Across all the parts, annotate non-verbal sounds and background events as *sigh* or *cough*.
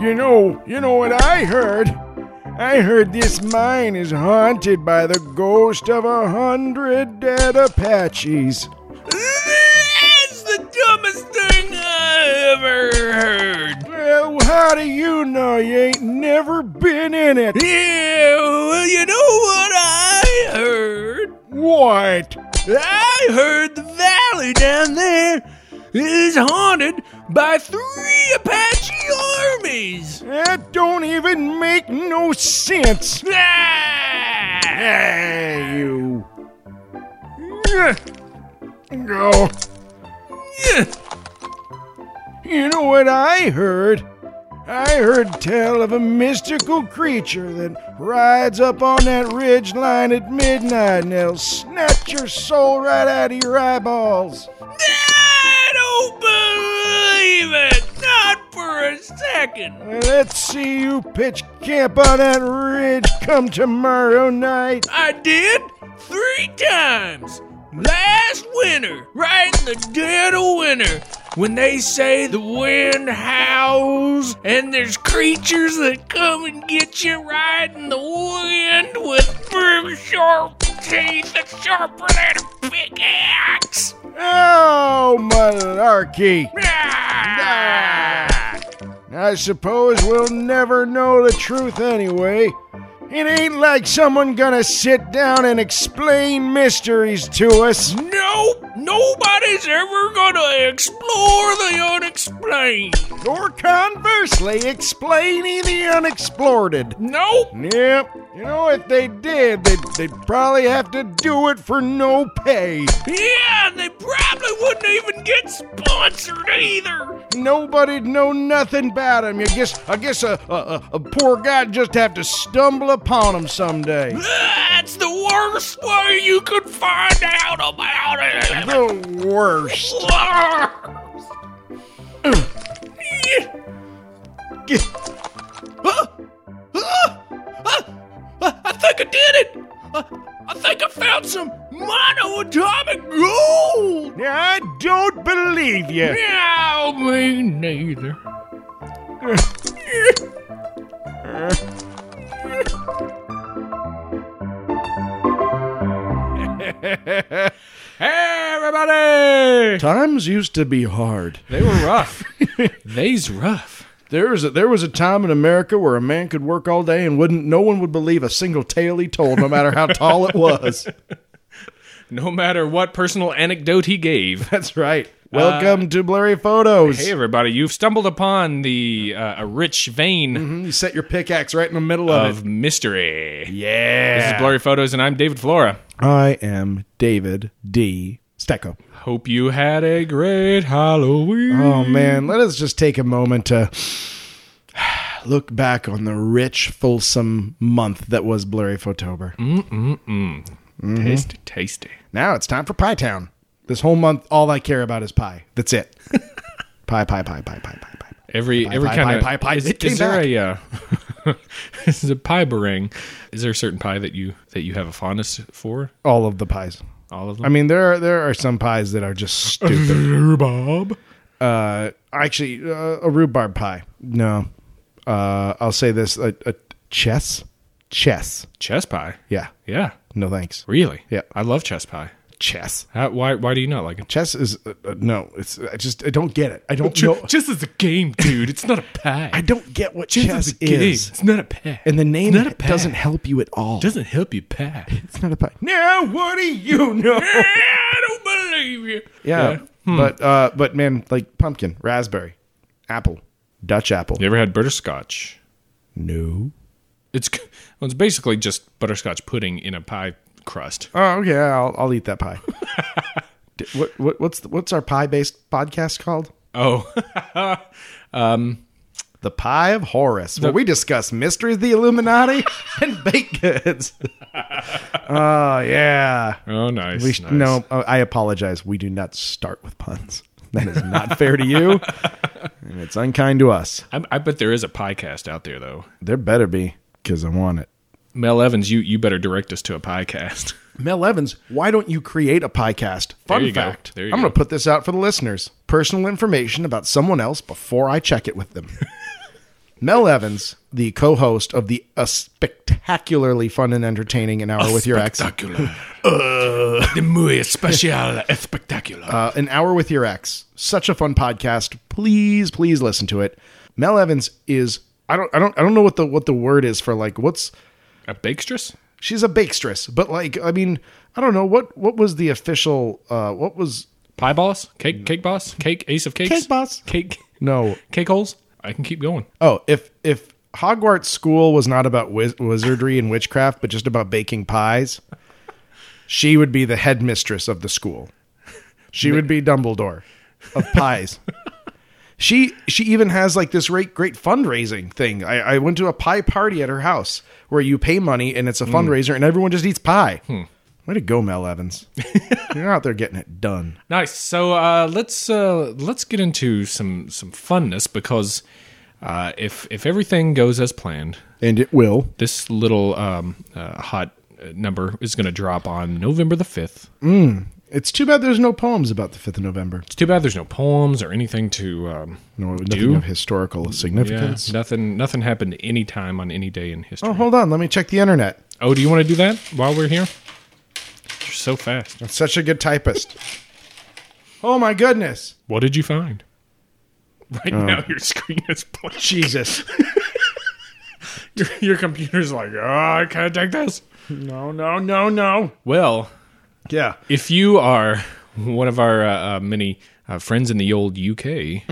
You know, you know what I heard? I heard this mine is haunted by the ghost of a hundred dead Apaches. That's the dumbest thing I ever heard. Well, how do you know you ain't never been in it? Yeah, well, you know what I heard? What? I heard the valley down there is haunted by three Apache armies. That don't even make no sense. Ah! Hey, you. Ugh. Go. Yeah. You know what I heard? I heard tell of a mystical creature that rides up on that ridge line at midnight and they'll snatch your soul right out of your eyeballs. I don't believe it. Not for a second. Let's see you pitch camp on that ridge come tomorrow night. I did three times. Last winter, right in the dead of winter, when they say the wind howls and there's creatures that come and get you right in the wind with very sharp teeth that's sharper than a pickaxe. Oh, malarkey. Ah! I suppose we'll never know the truth anyway. It ain't like someone gonna sit down and explain mysteries to us. Nope, nobody's ever gonna explore the unexplained. Or conversely, explaining the unexplored. Nope. Yep. You know, if they did, they'd, they'd probably have to do it for no pay. Yeah, and they probably wouldn't even get sponsored either. Nobody'd know nothing about him. You guess, I guess a, a, a- a poor guy'd just have to stumble upon him someday. That's the worst way you could find out about it. Ah, The worst. Huh? Huh? Huh? I think I did it. I, I think I found some monoatomic gold. I don't believe you. Yeah, me neither. hey, everybody! Times used to be hard. They were rough. They's rough. There was a, there was a time in America where a man could work all day and wouldn't no one would believe a single tale he told, no matter how tall *laughs* it was. No matter what personal anecdote he gave. That's right. Welcome to Blurry Photos. Uh, Hey, everybody! You've stumbled upon the uh, a rich vein Hmm, you set your pickaxe right in the middle of, of mystery. Yeah. This is Blurry Photos, and I'm David Flora. I am David D. Stecco. Hope you had a great Halloween. Oh man, let us just take a moment to *sighs* look back on the rich, fulsome month that was Blurry Photober. Hmm? Tasty, tasty. Now it's time for Pie Town. This whole month, all I care about is pie. *laughs* That's it. pie, pie, pie, pie, pie, pie, pie. Every every pie, kind of pie, pie, pie. Is, It came is there a uh, *laughs* is a pie barang? Is there a certain pie that you that you have a fondness for? All of the pies. All of I them. mean, there are there are some pies that are just *laughs* stupid. Rhubarb. uh, actually, uh, a rhubarb pie. No, uh, I'll say this: a, a chess, chess. Chess pie. Yeah, Yeah. no thanks. Really? Yeah. I love chess pie. Chess. How, why why do you not like it? Chess is uh, uh, no. It's I just I don't get it. I don't know. Chess is a game, dude. It's not a pie. I don't get what chess is, It's not a pie. and the name not a pie. doesn't help you at all. doesn't help you pie. *laughs* It's not a pie. Now, what do you know? I don't believe you. Yeah, but uh, but man, like pumpkin, raspberry, apple, Dutch apple. You ever had butterscotch? No. It's c- well, it's basically just butterscotch pudding in a pie crust. Oh, okay. I'll, I'll eat that pie. *laughs* D- what, what what's the, what's our pie based podcast called? Oh, *laughs* Um, The Pie of Horus, where we discuss mysteries of the *laughs* Illuminati and baked goods. *laughs* oh yeah. oh, nice. We sh- nice. No, oh, I apologize. We do not start with puns. That is not fair to *laughs* you, and it's unkind to us. I, I bet there is a podcast out there though. There better be because I want it. Mel Evans, you you better direct us to a podcast. Mel Evans, why don't you create a podcast? Fun There you go. fact. There I'm you going to go. put this out for the listeners. Personal information about someone else before I check it *laughs* with them. Mel Evans, the co-host of the a spectacularly fun and entertaining an hour Oh, with your ex, Spectacular. uh, the muy especial espectacular. uh, an hour with your ex. Such a fun podcast. Please, please listen to it. Mel Evans is I don't I don't I don't know what the what the word is for like what's A bakstress? she's a bakestress, but like I mean I don't know what what was the official uh what was Pie boss? Cake cake boss? Cake ace of cakes? Cake boss. Cake no cake holes? I can keep going. Oh, if if Hogwarts school was not about wiz- wizardry and witchcraft, but just about baking pies, she would be the headmistress of the school. She would be Dumbledore of pies. *laughs* she she even has like this great great fundraising thing. I, I went to a pie party at her house where you pay money and it's a fundraiser and everyone just eats pie. Way to go, Mel Evans! You're out there getting it done. Nice. So uh, let's uh, let's get into some some funness because uh, if if everything goes as planned, And it will. this little um, uh, hot uh, number is going to drop on November the fifth. It's too bad there's no poems about the 5th of November. It's too bad there's no poems or anything to um, No, nothing do. of historical Yeah, significance. nothing nothing happened any time on any day in history. Oh, hold on. Let me check the internet. Oh, do you want to do that while we're here? You're so fast. I'm such a good typist. Oh my goodness. What did you find? *laughs* Right now, your screen is *laughs* blank. *laughs* Jesus. Your, your computer's like, oh, I can't take this. No, no, no, no. Well, Yeah. if you are one of our uh, uh, many uh, friends in the old UK,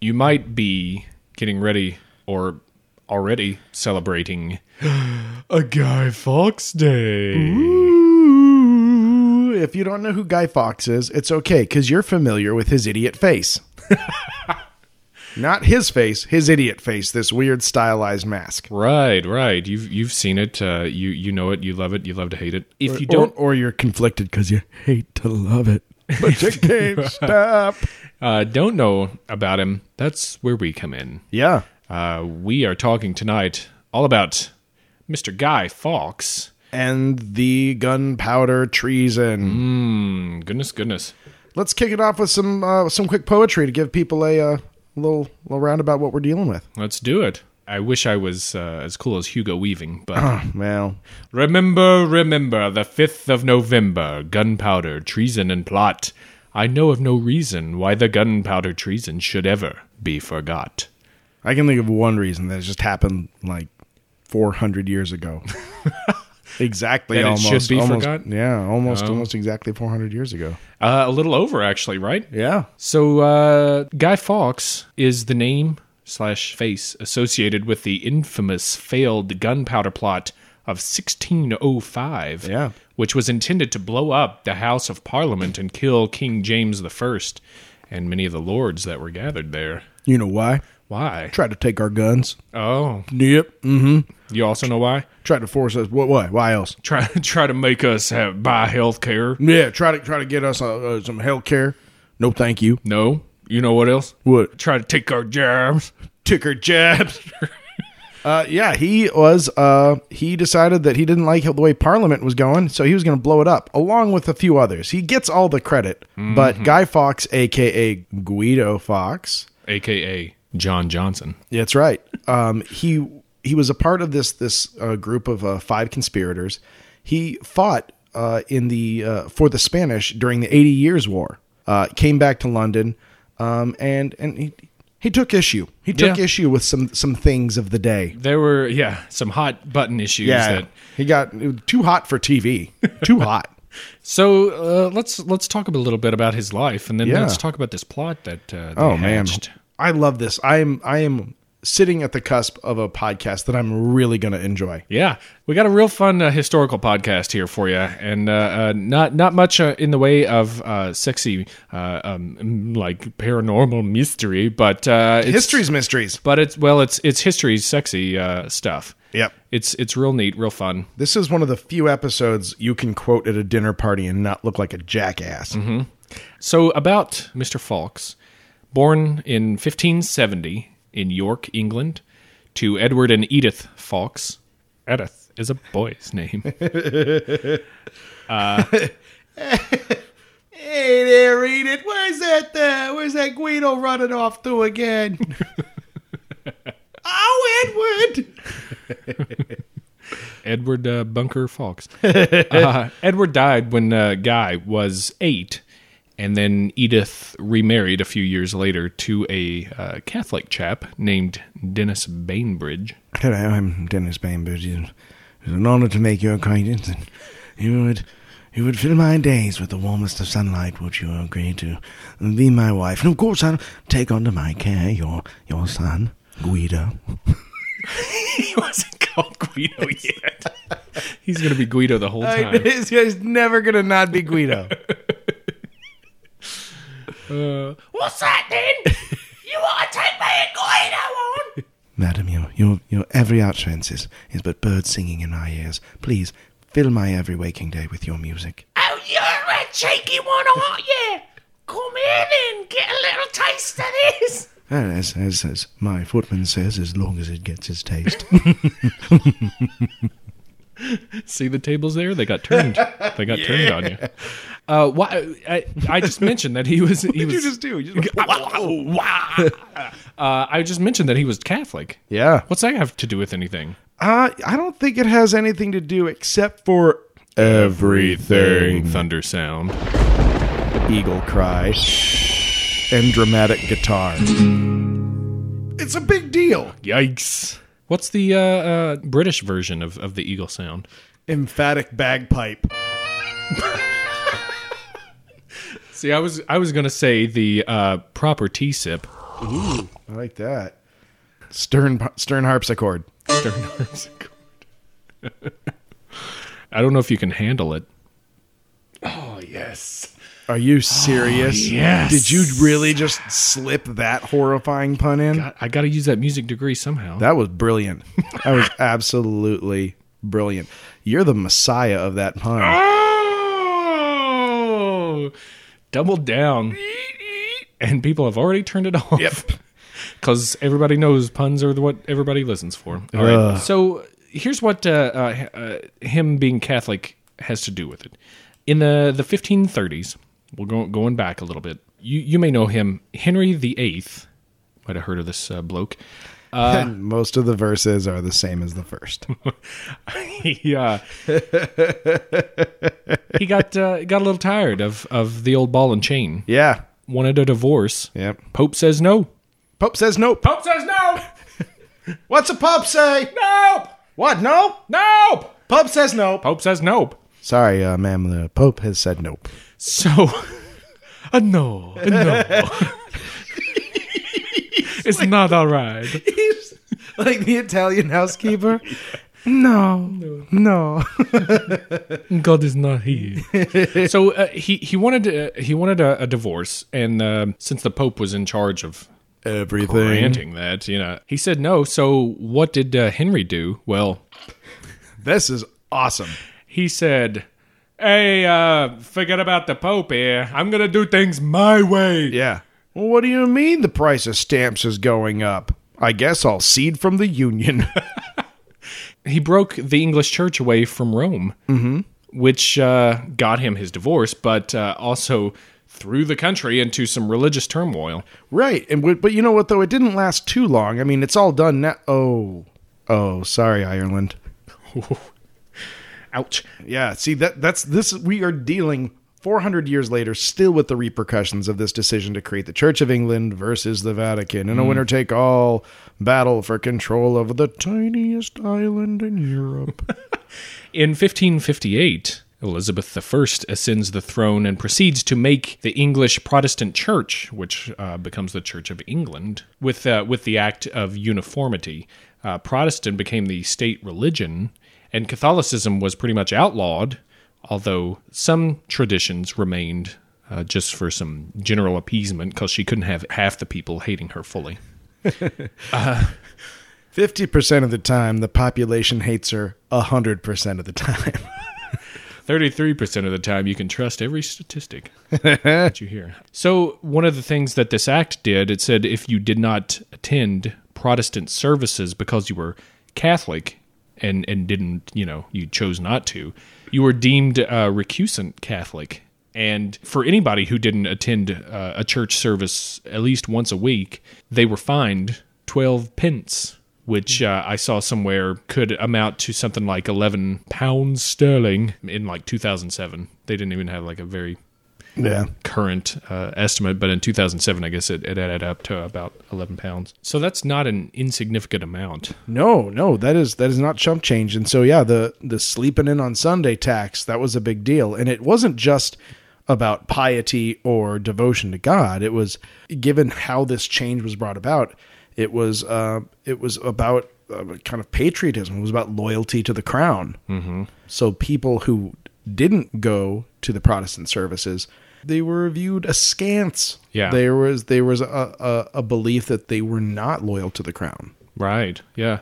you might be getting ready or already celebrating *gasps* a Guy Fawkes Day. Ooh, if you don't know who Guy Fox is, it's okay cuz you're familiar with his idiot *laughs* face. Not his face, his idiot face, this weird stylized mask. Right, right. You've you've seen it. Uh, you you know it. You love it. You love to hate it. If you don't, or, or you're conflicted cuz you hate to love it. *laughs* But you can't stop. uh, don't know about him, that's where we come in. Yeah. Uh, we are talking tonight all about Mr. Guy Fawkes. And the gunpowder treason. Mm, Goodness, goodness. let's kick it off with some uh, some quick poetry to give people a uh, little little roundabout what we're dealing with. Let's do it. I wish I was uh, as cool as Hugo Weaving, but *clears throat* Oh, Well, Remember, remember the 5th of November, gunpowder, treason, and plot. I know of no reason why the gunpowder treason should ever be forgot. I can think of one reason that it just happened like 400 years *laughs* ago. exactly, That it almost. should be almost- forgotten? Oh. Yeah, almost almost exactly 400 years ago. Uh, a little over, actually, right? Yeah. So, uh, Guy Fawkes is the name slash face associated with the infamous failed gunpowder plot of 1605, Yeah. which was intended to blow up the House of Parliament and kill King James I and many of the lords that were gathered there. You know why? Why? Tried to take our guns. Oh, Yep. Mm-hmm. you also know why? Tried to force us. What? What? Why else? Try *laughs* try to make us have, buy health care. Yeah. Try to try to get us uh, uh, some health care. No, thank you. No, you know what else? What? Try to take our jobs. ticker jabs. *laughs* uh, yeah, he was. Uh, he decided that he didn't like the way Parliament was going, so he was going to blow it up, along with a few others. He gets all the credit, but Guy Fox, aka Guido Fox, AKA John Johnson. that's right. Um, he he was a part of this this uh, group of uh, five conspirators. He fought uh, in the uh, for the Spanish during the Eighty Years' War. Uh, came back to London, um, and and he he took issue. He took Yeah. issue with some some things of the day. There were yeah some hot button issues. That, he got too hot for TV. Too hot. so uh, let's let's talk a little bit about his life, and then Yeah. let's talk about this plot that. Uh, they Oh man, hatched. I love this. I am I am sitting at the cusp of a podcast that I'm really going to enjoy. Yeah, we got a real fun uh, historical podcast here for you, and uh, uh, not not much uh, in the way of uh, sexy, uh, um, like paranormal mystery, but uh, it's, History's mysteries. But it's well, it's it's history's sexy uh, stuff. Yep. It's it's real neat, real fun. This is one of the few episodes you can quote at a dinner party and not look like a jackass. So about Mr. Fawkes, born in 1570 in York, England, to Edward and Edith Fawkes. Edith, is a boy's name. *laughs* Hey there, Enid. Where's that? Uh, where's that Guido running off to again? oh, Edward. Edward uh, Bunker Fox. *laughs* uh, Edward died when uh, Guy was eight, and then Edith remarried a few years later to a uh, Catholic chap named Dennis Bainbridge. *laughs* Hello, I'm Dennis Bainbridge. It's an honor to make your acquaintance. And you would, you would fill my days with the warmest of sunlight. Would you agree to be my wife? And of course, I'll take under my care your your son, Guido. He wasn't called Guido yet. *laughs* He's going to be Guido the whole *laughs* time. this guy's never gonna not be Guido. What's that then? you want to take me and Guido on? Madam, your your your every utterance is, is but birds singing in my ears. Please fill my every waking day with your music. Oh, you're a cheeky one, aren't you? Come in and get a little taste of this. And Ah, as as as my footman says, as long as it gets its taste. See the tables there? They got turned. They got turned *laughs* on you. Uh, why? I, I just mentioned that he *laughs* was. He was do? uh, I just mentioned that he was Catholic. yeah. What's that have to do with anything? Uh, I don't think it has anything to do except for Everything. Thunder sound. eagle cry and dramatic guitar. It's a big deal. Yikes. What's the uh, uh, British version of, of the eagle sound? Emphatic bagpipe. See, I was I was gonna say the uh, proper T sip. I like that. Stern stern harpsichord. Stern *laughs* harpsichord. *laughs* I don't know if you can handle it. Oh yes. Are you serious? yes. Did you really just slip that horrifying pun in? I, I got to use that music degree somehow. That was brilliant. *laughs* That was absolutely brilliant. You're the messiah of that pun. oh, doubled down, and people have already turned it off. *laughs* Yep, because everybody knows puns are what everybody listens for. All right. So here's what uh, uh, uh, him being Catholic has to do with it. In the the 1530s, we're going going back a little bit. You you may know him, Henry VIII. Might have heard of this uh, bloke. *laughs* Most of the verses are the same as the first. *laughs* he uh, he got uh, got a little tired of of the old ball and chain. Yeah. Wanted a divorce. Yep. Pope says no. Pope says nope. Pope says no. What's a pope say? Nope. What? No? Nope. Pope says nope. Pope says nope. Sorry, uh, ma'am. The pope has said nope. So, *laughs* a no, a no. *laughs* it's not all right. *laughs* like the Italian *laughs* housekeeper. No, no. God is not *laughs* here. so uh, he he wanted uh, he wanted a, a divorce, and um since the Pope was in charge of Everything. granting that, you know, he said no. So what did uh, Henry do? Well, This is awesome. he said, "Hey, uh, forget about the Pope here. I'm gonna do things my way." Yeah. Well, what do you mean the price of stamps is going up? I guess I'll cede from the union. *laughs* he broke the English church away from Rome, which uh, got him his divorce, but uh, also threw the country into some religious turmoil. right. And w- but you know what though? It didn't last too long. I mean, it's all done now. Oh, oh, sorry, Ireland. Ouch. Yeah. See that that's this. We are dealing. 400 years later, still with the repercussions of this decision to create the Church of England versus the Vatican in a winner take all battle for control of the tiniest island in Europe. In 1558, Elizabeth I ascends the throne and proceeds to make the English Protestant Church, which uh, becomes the Church of England, with uh, with the Act of Uniformity. Uh, Protestant became the state religion, and Catholicism was pretty much outlawed, although some traditions remained. Uh, just for some general appeasement, because she couldn't have half the people hating her fully. 50% of the time, the population hates her 100% of the time. 33% of the time you can trust every statistic that you hear. So, one of the things that this act did, it said if you did not attend Protestant services because you were Catholic, and and didn't, you know, you chose not to, you were deemed uh, recusant Catholic. And for anybody who didn't attend uh, a church service at least once a week, they were fined twelve pence, which uh, I saw somewhere could amount to something like eleven pounds sterling in like 2007. They didn't even have like a very Yeah. current uh, estimate, but in 2007, I guess it, it added up to about 11 pounds. So that's not an insignificant amount. No, no, that is that is not chump change. And so yeah, the the sleeping in on Sunday tax, that was a big deal. And it wasn't just about piety or devotion to God. It was given how this change was brought about, it was uh it was about uh, kind of patriotism. It was about loyalty to the crown. Mm-hmm. So people who didn't go to the Protestant services, they were viewed askance. Yeah. There was there was a, a, a belief that they were not loyal to the crown. Right. Yeah.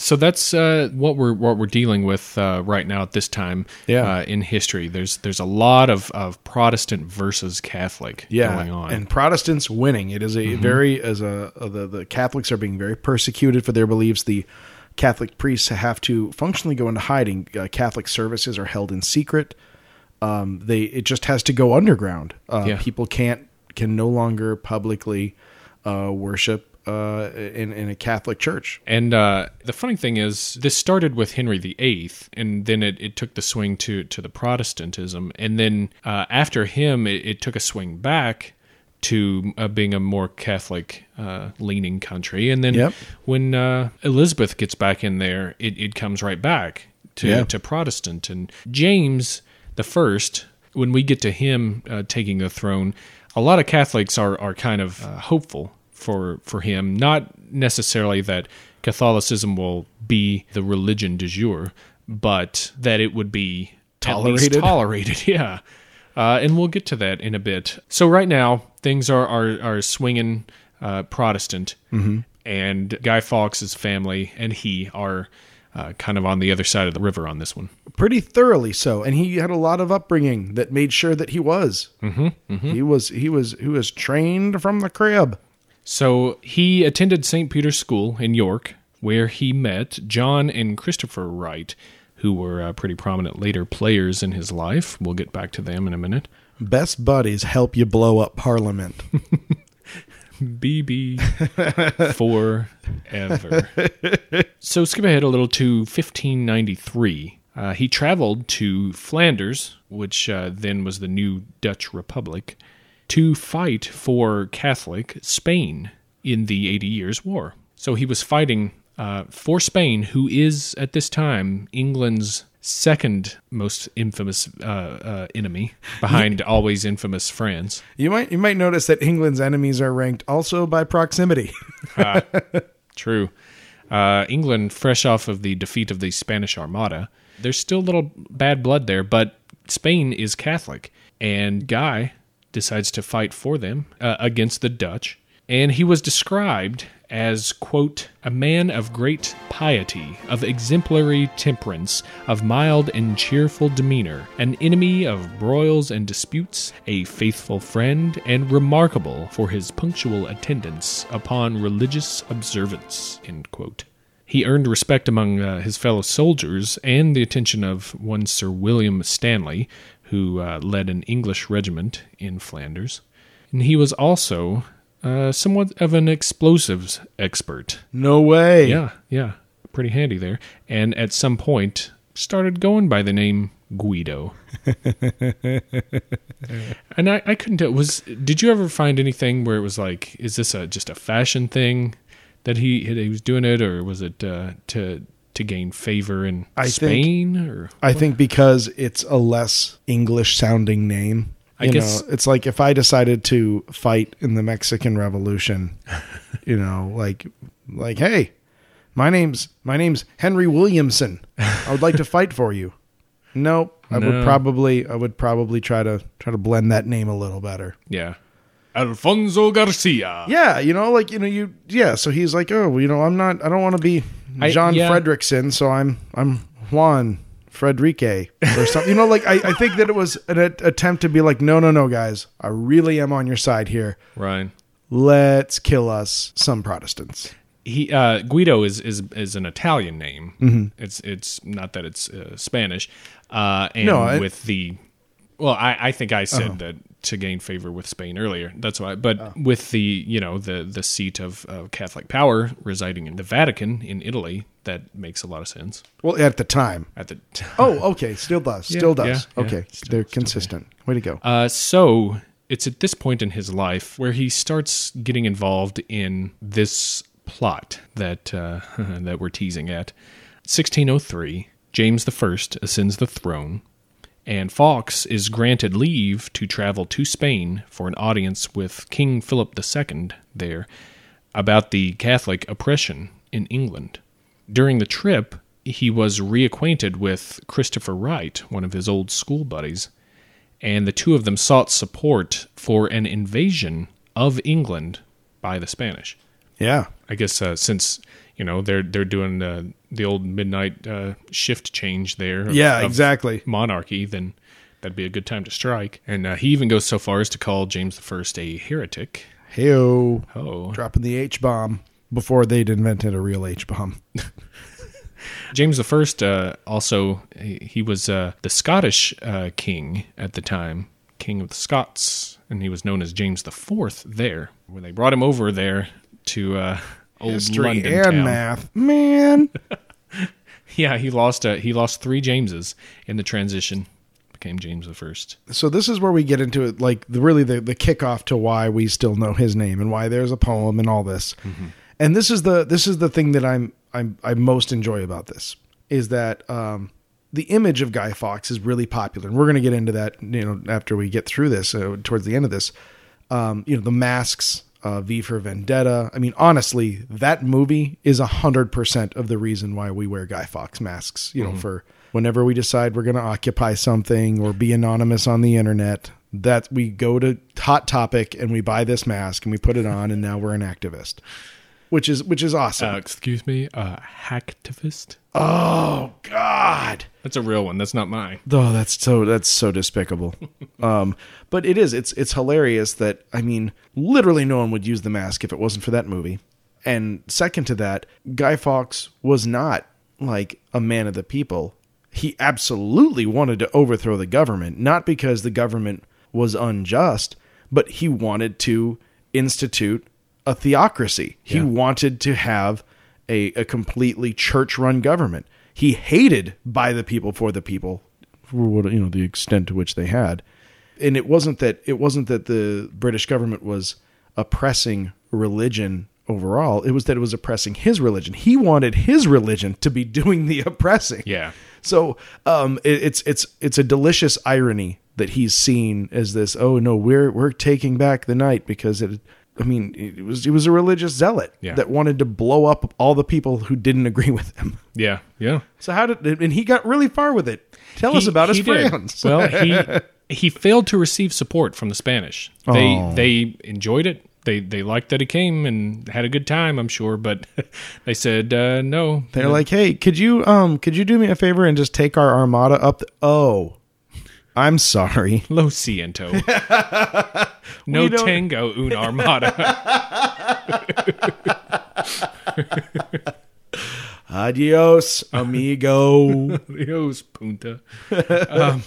So that's uh, what we're what we're dealing with uh, right now at this time Yeah. uh, in history. There's there's a lot of, of Protestant versus Catholic yeah, going on. Mm-hmm. And Protestants winning. It is a very as a uh, the the Catholics are being very persecuted for their beliefs. The Catholic priests have to functionally go into hiding. Uh, Catholic services are held in secret. Um, they it just has to go underground. Uh, Yeah. People can't can no longer publicly uh, worship uh, in in a Catholic church. And uh, the funny thing is, this started with Henry VIII, and then it, it took the swing to, to the Protestantism. And then uh, after him, it, it took a swing back to uh, being a more Catholic uh, leaning country. And then Yep. when uh, Elizabeth gets back in there, it, it comes right back to, Yeah. to Protestant. And James the First, when we get to him uh, taking the throne, a lot of Catholics are, are kind of uh, hopeful for, for him. Not necessarily that Catholicism will be the religion du jour, but that it would be at least Tolerated. tolerated. *laughs* Yeah. Uh, and we'll get to that in a bit. So right now things are are, are swinging uh, Protestant, and Guy Fawkes' family and he are uh, kind of on the other side of the river on this one. pretty thoroughly so and he had a lot of upbringing that made sure that he was mm-hmm, he was he was he was trained from the crib So he attended St. Peter's School in York, where he met John and Christopher Wright, who were uh, pretty prominent later players in his life. We'll get back to them in a minute. Best buddies help you blow up Parliament. BB forever. *laughs* so skip ahead a little to 1593. Uh, he traveled to Flanders, which uh, then was the new Dutch Republic, to fight for Catholic Spain in the Eighty Years' War. So he was fighting uh, for Spain, who is at this time England's second most infamous uh, uh, enemy, behind always infamous France. *laughs* you might you might notice that England's enemies are ranked also by proximity. True. Uh, England, fresh off of the defeat of the Spanish Armada, there's still a little bad blood there, but Spain is Catholic. And Guy decides to fight for them uh, against the Dutch. And he was described as, quote, a man of great piety, of exemplary temperance, of mild and cheerful demeanor, an enemy of broils and disputes, a faithful friend, and remarkable for his punctual attendance upon religious observance. End quote. He earned respect among uh, his fellow soldiers and the attention of one Sir William Stanley, who uh, led an English regiment in Flanders. And he was also uh, somewhat of an explosives expert. *laughs* no way. Yeah, yeah. Pretty handy there. And at some point started going by the name Guido. and I, I couldn't tell was did you ever find anything where it was like, is this a just a fashion thing that he that he was doing it or was it uh, to to gain favor in I think- Spain or I think because it's a less English sounding name. I You guess- know, it's like if I decided to fight in the Mexican *laughs* Revolution, you know, like like hey, my name's my name's Henry Williamson. I would like to fight *laughs* for you. Nope. I No. would probably I would probably try to try to blend that name a little better. yeah. Alfonso Garcia. Yeah, you know, like you know, you yeah. So he's like, oh, well, you know, I'm not, I don't want to be I- John yeah. Fredrickson, so I'm I'm Juan Fredrique or something. you know, like I, I think that it was an a- attempt to be like, no, no, no, guys, I really am on your side here. Ryan. Let's kill us some Protestants. he uh, Guido is is is an Italian name. Mm-hmm. It's it's not that it's uh, Spanish. Uh, and No, I- Oh. with the well, I, I think I said that to gain favor with Spain earlier. That's why. But with the you know the the seat of uh, Catholic power residing in the Vatican in Italy, that makes a lot of sense Well, at the time. at the. time. Oh, okay. Still does. Still does. yeah, yeah. okay. They're consistent. Way to go. Uh, so it's at this point in his life where he starts getting involved in this plot that uh, *laughs* that we're teasing at. 1603, James I ascends the throne, and Fox is granted leave to travel to Spain for an audience with King Philip II there about the Catholic oppression in England. During the trip, he was reacquainted with Christopher Wright, one of his old school buddies, and the two of them sought support for an invasion of England by the Spanish. yeah. I guess uh, since you know they're they're doing uh, the old midnight uh, shift change there. of- Yeah, of exactly. Monarchy, then that'd be a good time to strike. And uh, he even goes so far as to call James I a heretic. Heyo. Oh, Dropping the H bomb before they'd invented a real H bomb. James I uh, also he, he was uh, the Scottish uh, king at the time, king of the Scots, and he was known as James IV there. When they brought him over there to uh, old History London and town. math. Man. *laughs* yeah, he lost uh, he lost three Jameses in the transition, became James I. so this is where we get into it, like the, really the, the kickoff to why we still know his name and why there's a poem and all this. Mm-hmm. And this is the this is the thing that I'm I'm I most enjoy about this is that um, the image of Guy Fawkes is really popular, and we're going to get into that you know after we get through this uh, towards the end of this. Um, you know the masks, uh, V for Vendetta. I mean, honestly, that movie is hundred percent of the reason why we wear Guy Fawkes masks. You know for whenever we decide we're going to occupy something or be anonymous on the internet that we go to hot topic and we buy this mask and we put it on and now we're an activist which is which is awesome Uh, excuse me, uh, hacktivist. oh god That's a real one. That's not mine. *laughs* oh that's so that's so despicable um but it is it's it's hilarious that i mean literally no one would use the mask if it wasn't for that movie and second to that guy fawkes was not like a man of the people he absolutely wanted to overthrow the government not because the government was unjust but he wanted to institute a theocracy he wanted to have a, a completely church-run government he hated by the people for the people for what you know the extent to which they had and it wasn't that it wasn't that the british government was oppressing religion overall it was that it was oppressing his religion he wanted his religion to be doing the oppressing Yeah. so um, it, it's it's it's a delicious irony that he's seen as this. Oh no, we're we're taking back the night because it. I mean, it was it was a religious zealot Yeah. that wanted to blow up all the people who didn't agree with him. Yeah, yeah. So how did and he got really far with it. Tell us He- about his he did. *laughs* friends. well, he he failed to receive support from the Spanish. They Oh. they enjoyed it. They they liked that he came and had a good time. I'm sure, but *laughs* they said uh, *laughs* no. *laughs* They're like, hey, could you um could you do me a favor and just take our armada up? The- oh, I'm sorry. Lo siento. no *laughs* We don't- tango un *laughs* armada. Adios, amigo. *laughs* Adios, punta. Um,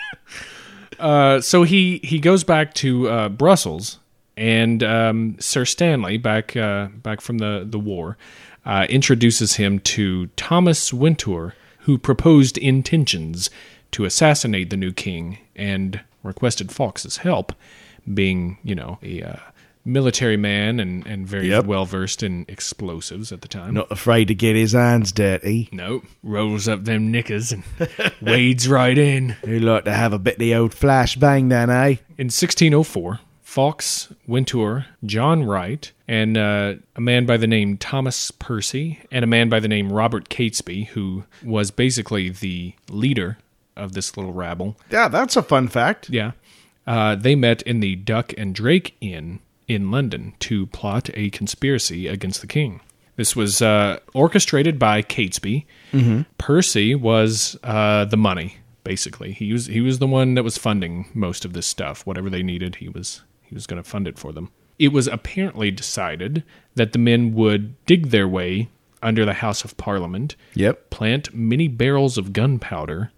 *laughs* uh, so he he goes back to uh, Brussels, and um, Sir Stanley, back uh, back from the the war, uh, introduces him to Thomas Wintour, who proposed intentions to assassinate the new king and requested Fox's help, being you know a uh, military man and and very Yep. well versed in explosives at the time. Not afraid to get his hands dirty. Nope. Rolls up them knickers and *laughs* wades right in. You like to have a bit of the old flash bang then, eh? In 1604, Fox, Wintour, John Wright, and uh, a man by the name Thomas Percy, and a man by the name Robert Catesby, who was basically the leader of this little rabble. Yeah, that's a fun fact. Yeah. Uh, they met in the Duck and Drake Inn in London to plot a conspiracy against the king. This was uh, orchestrated by Catesby. Percy was uh, the money, basically. He was he was the one that was funding most of this stuff. Whatever they needed, he was he was going to fund it for them. it was apparently decided that the men would dig their way under the House of Parliament, Yep. plant many barrels of gunpowder,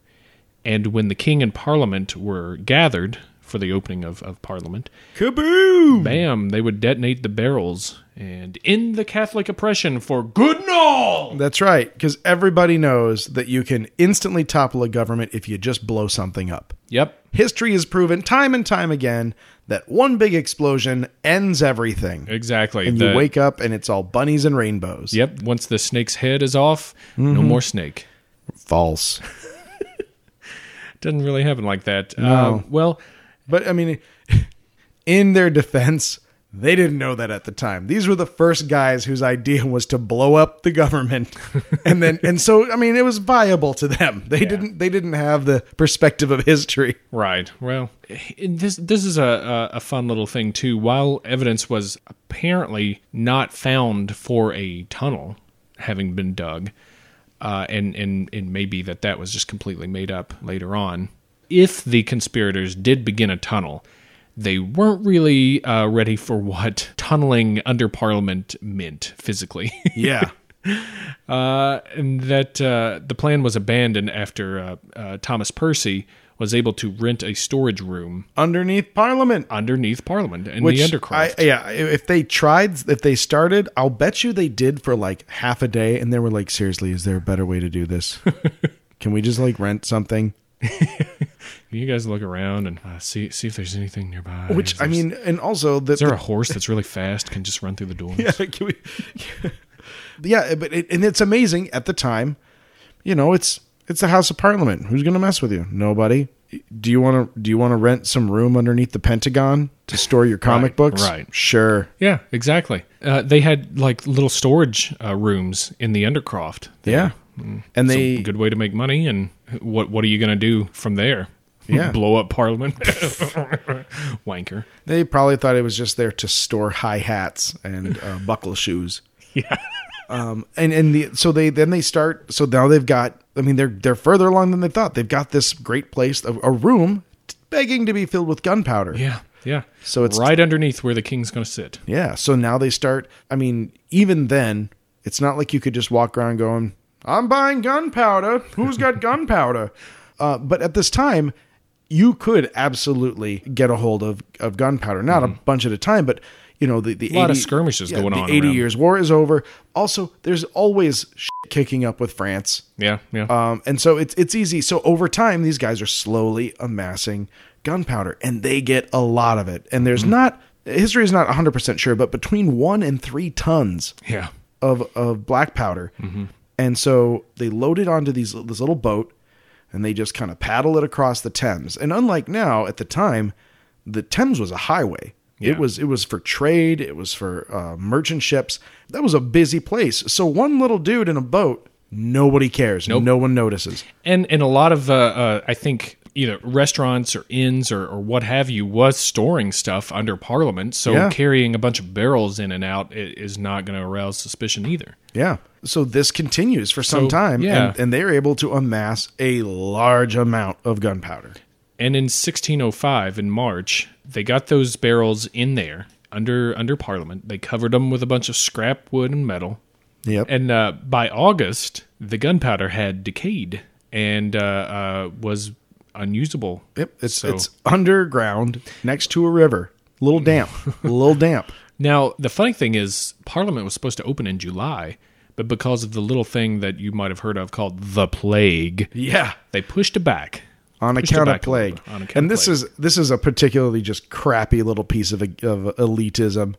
and when the king and parliament were gathered for the opening of, of parliament, Kaboom! bam, they would detonate the barrels and end the Catholic oppression for good and all. That's right, because everybody knows that you can instantly topple a government if you just blow something up. Yep. History has proven time and time again that one big explosion ends everything. Exactly. And The- you wake up and it's all bunnies and rainbows. Yep. Once the snake's head is off, no Mm-hmm. more snake. False. *laughs* Doesn't really happen like that. Uh, well, But I mean, *laughs* in their defense, they didn't know that at the time. These were the first guys whose idea was to blow up the government, and then and so I mean, it was viable to them. They didn't they didn't have the perspective of history. Right. Well, Eh, this this is a, a a fun little thing too. While evidence was apparently not found for a tunnel having been dug, uh, and and and maybe that that was just completely made up later on. If the conspirators did begin a tunnel, they weren't really uh, ready for what tunneling under Parliament meant physically. *laughs* Yeah, Uh, and that uh, the plan was abandoned after uh, uh, Thomas Percy was able to rent a storage room *laughs* underneath Parliament. underneath Parliament in Which the Undercroft. I, yeah, if they tried, if they started, I'll bet you they did for like half a day, and they were like, "Seriously, is there a better way to *laughs* do this? Can we just like rent something?" you guys look around and uh, see see if there's anything nearby. Which Is I there- mean, and also the, is there a horse that's really fast can just run through the doors? *laughs* yeah, can we- *laughs* yeah, but it, and it's amazing at the time. You know, it's it's the House of Parliament. Who's going to mess with you? Nobody. Do you want to do you want to rent some room underneath the Pentagon to store your comic Right, books? right. Sure. Yeah, exactly. Uh, they had like little storage uh, rooms in the Undercroft. Yeah. And Mm. It's a they good way to make money. And what what are you going to do from there? *laughs* Yeah. blow up Parliament. Wanker. they probably thought it was just there to store high hats and *laughs* uh, buckle shoes. Yeah. Um, and and the, so they then they start. So now they've got. I mean, they're they're further along than they thought. They've got this great place, a, a room, begging to be filled with gunpowder. Yeah, yeah. So it's- right underneath where the king's going to sit. Yeah. So now they start. I mean, even then, it's not like you could just walk around going, "I'm buying gunpowder. *laughs* Who's got gunpowder?" Uh, but at this time, you could absolutely get a hold of of gunpowder, not a bunch at a time, but you know the the Mm-hmm. Lot of skirmishes going the on Eighty around. years war is over. Also, there's always shit kicking up with France. Yeah, yeah. Um, and so it's it's easy. So over time, these guys are slowly amassing gunpowder, and they get a lot of it. And there's not history is not 100 percent sure, but between one and three tons yeah. of of black powder. Mm-hmm. And so they load it onto these this little boat, and they just kind of paddle it across the Thames. And unlike now, at the time, the Thames was a highway. Yeah. It was it was for trade. It was for uh, merchant ships. That was a busy place. So one little dude in a boat, nobody cares. No one notices. And and a lot of uh, uh, I think either restaurants or inns or, or what have you was storing stuff under Parliament. So Yeah. carrying a bunch of barrels in and out i- is not going to arouse suspicion either. Yeah. So this continues for some So, time, yeah. and, and they're able to amass a large amount of gunpowder. And in 1605, in March, they got those barrels in there under under Parliament. They covered them with a bunch of scrap wood and metal. Yep. And uh, by August, the gunpowder had decayed and uh, uh, was unusable. Yep, it's So- it's underground next to a river. A *laughs* little damp, a little damp. Now, the funny thing is, Parliament was supposed to open in July, but because of the little thing that you might have heard of called the plague, Yeah, they pushed it back. on Pushed it account back a of plague. little bit, on account And of this plague. is this is a particularly just crappy little piece of of elitism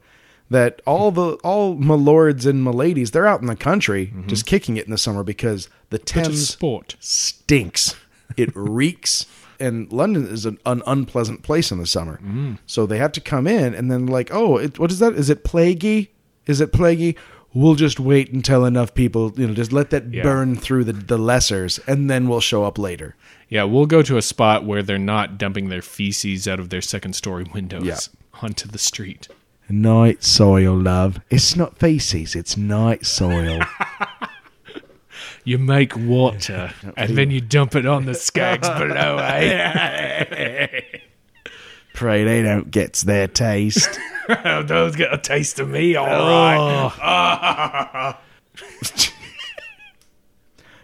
that all the all my lords and my ladies they're out in the country Mm-hmm. just kicking it in the summer because the Thames sport. stinks. It reeks. And London is an, an unpleasant place in the summer. So they have to come in and then, like, oh, it, what is that? Is it plaguey? Is it plaguey? We'll just wait until enough people, you know, just let that Yeah. burn through the, the lessers and then we'll show up later. Yeah, we'll go to a spot where they're not dumping their feces out of their second story windows Yeah. onto the street. Night soil, love. It's not feces, it's night *laughs* soil. You make *laughs* water and then you dump it on the skags below, eh? *laughs* Pray they don't get their taste. Those got a taste of me, all right. *laughs*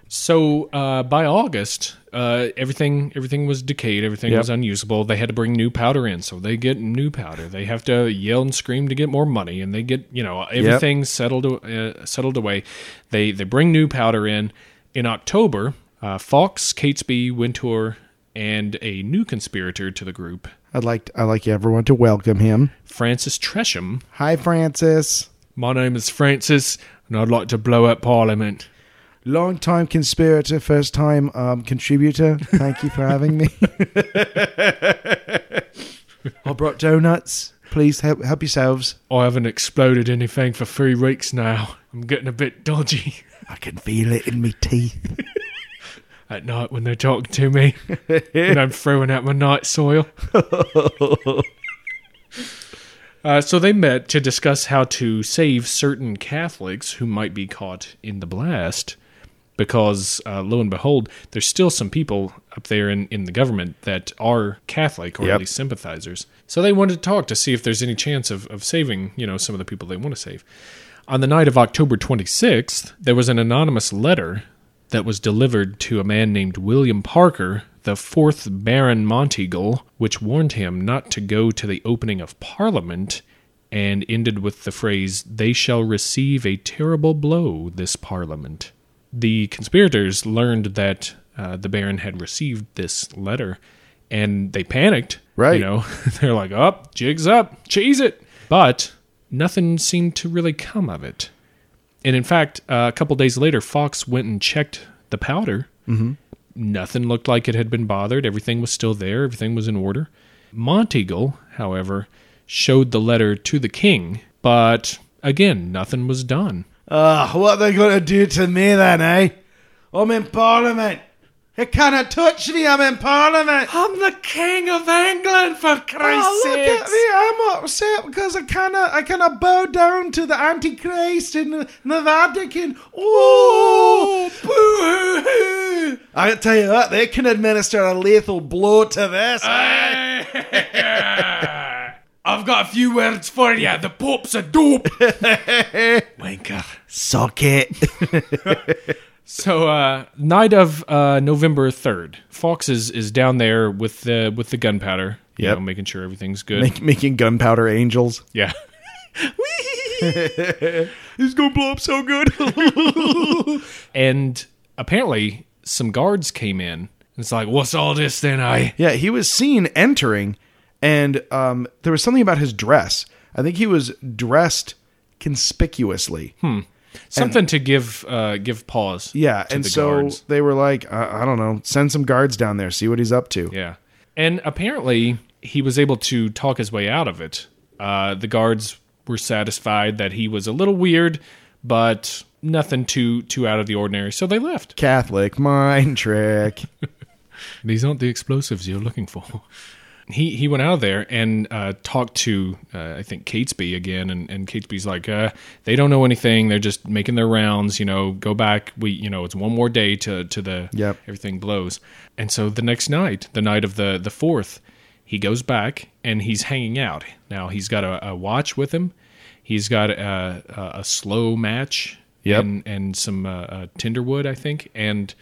So uh, by August, uh, everything everything was decayed. Everything Yep. was unusable. They had to bring new powder in, so they get new powder. They have to yell and scream to get more money, and they get you know everything settled uh, settled away. They they bring new powder in in October. Uh, Fox, Catesby, Wintour, and a new conspirator to the group, I'd like I'd like everyone to welcome him. Francis Tresham. Hi, Francis. My name is Francis, and I'd like to blow up Parliament. Long time conspirator, first time um, contributor. Thank you for having *laughs* me. I brought donuts. Please help, help yourselves. I haven't exploded anything for three weeks now. I'm getting a bit dodgy. *laughs* I can feel it in my teeth. at night when they're talking to me and I'm throwing out my night soil. uh, so they met to discuss how to save certain Catholics who might be caught in the blast because, uh, lo and behold, there's still some people up there in, in the government that are Catholic or Yep. at least sympathizers. So they wanted to talk to see if there's any chance of, of saving, you know, some of the people they want to save. On the night of October 26th, there was an anonymous letter that was delivered to a man named William Parker, the fourth Baron Monteagle, which warned him not to go to the opening of Parliament and ended with the phrase, They shall receive a terrible blow this Parliament. The conspirators learned that uh, the Baron had received this letter and they panicked. Right. You know, *laughs* they're like, up, jig's up, cheese it. But nothing seemed to really come of it. And in fact, uh, a couple days later, Fox went and checked the powder. Mm-hmm. Nothing looked like it had been bothered. Everything was still there. Everything was in order. Monteagle, however, showed the letter to the king, but again, nothing was done. Uh, what are they going to do to me then, eh? I'm in Parliament. You cannot touch me. I'm in Parliament. I'm the king of England, for Christ's Oh, look sake. at me! I'm upset because I cannot, I cannot bow down to the Antichrist in the, in the Vatican. Oh, boo-hoo-hoo. I tell you what, they can administer a lethal blow to this. *laughs* I've got a few words for you. The Pope's a *laughs* dope. Wanker. Suck it. *laughs* So, uh, night of uh, November third, Fox is, is down there with the with the gunpowder. you Yep. know, making sure everything's good. making gunpowder angels. yeah. He's gonna blow up so good. *laughs* And apparently, some guards came in. It's like, what's all this then? I yeah, he was seen entering, and um, there was something about his dress. I think he was dressed conspicuously. something to give uh, give pause. Yeah, to and the so guards. they were like, I, I don't know, send some guards down there, see what he's up to. Yeah. And apparently, he was able to talk his way out of it. Uh, the guards were satisfied that he was a little weird, but nothing too too out of the ordinary, so they left. Catholic mind trick. These aren't the explosives you're looking for. *laughs* He he went out of there and uh, talked to uh, I think Catesby again, and, and Catesby's like, uh, they don't know anything. They're just making their rounds. You know, go back. We you know it's one more day to to the Yep. everything blows. And so the next night, the night of the the fourth, he goes back and he's hanging out. Now he's got a, a watch with him. He's got a, a, a slow match Yep. and and some uh, uh, tinderwood, I think, and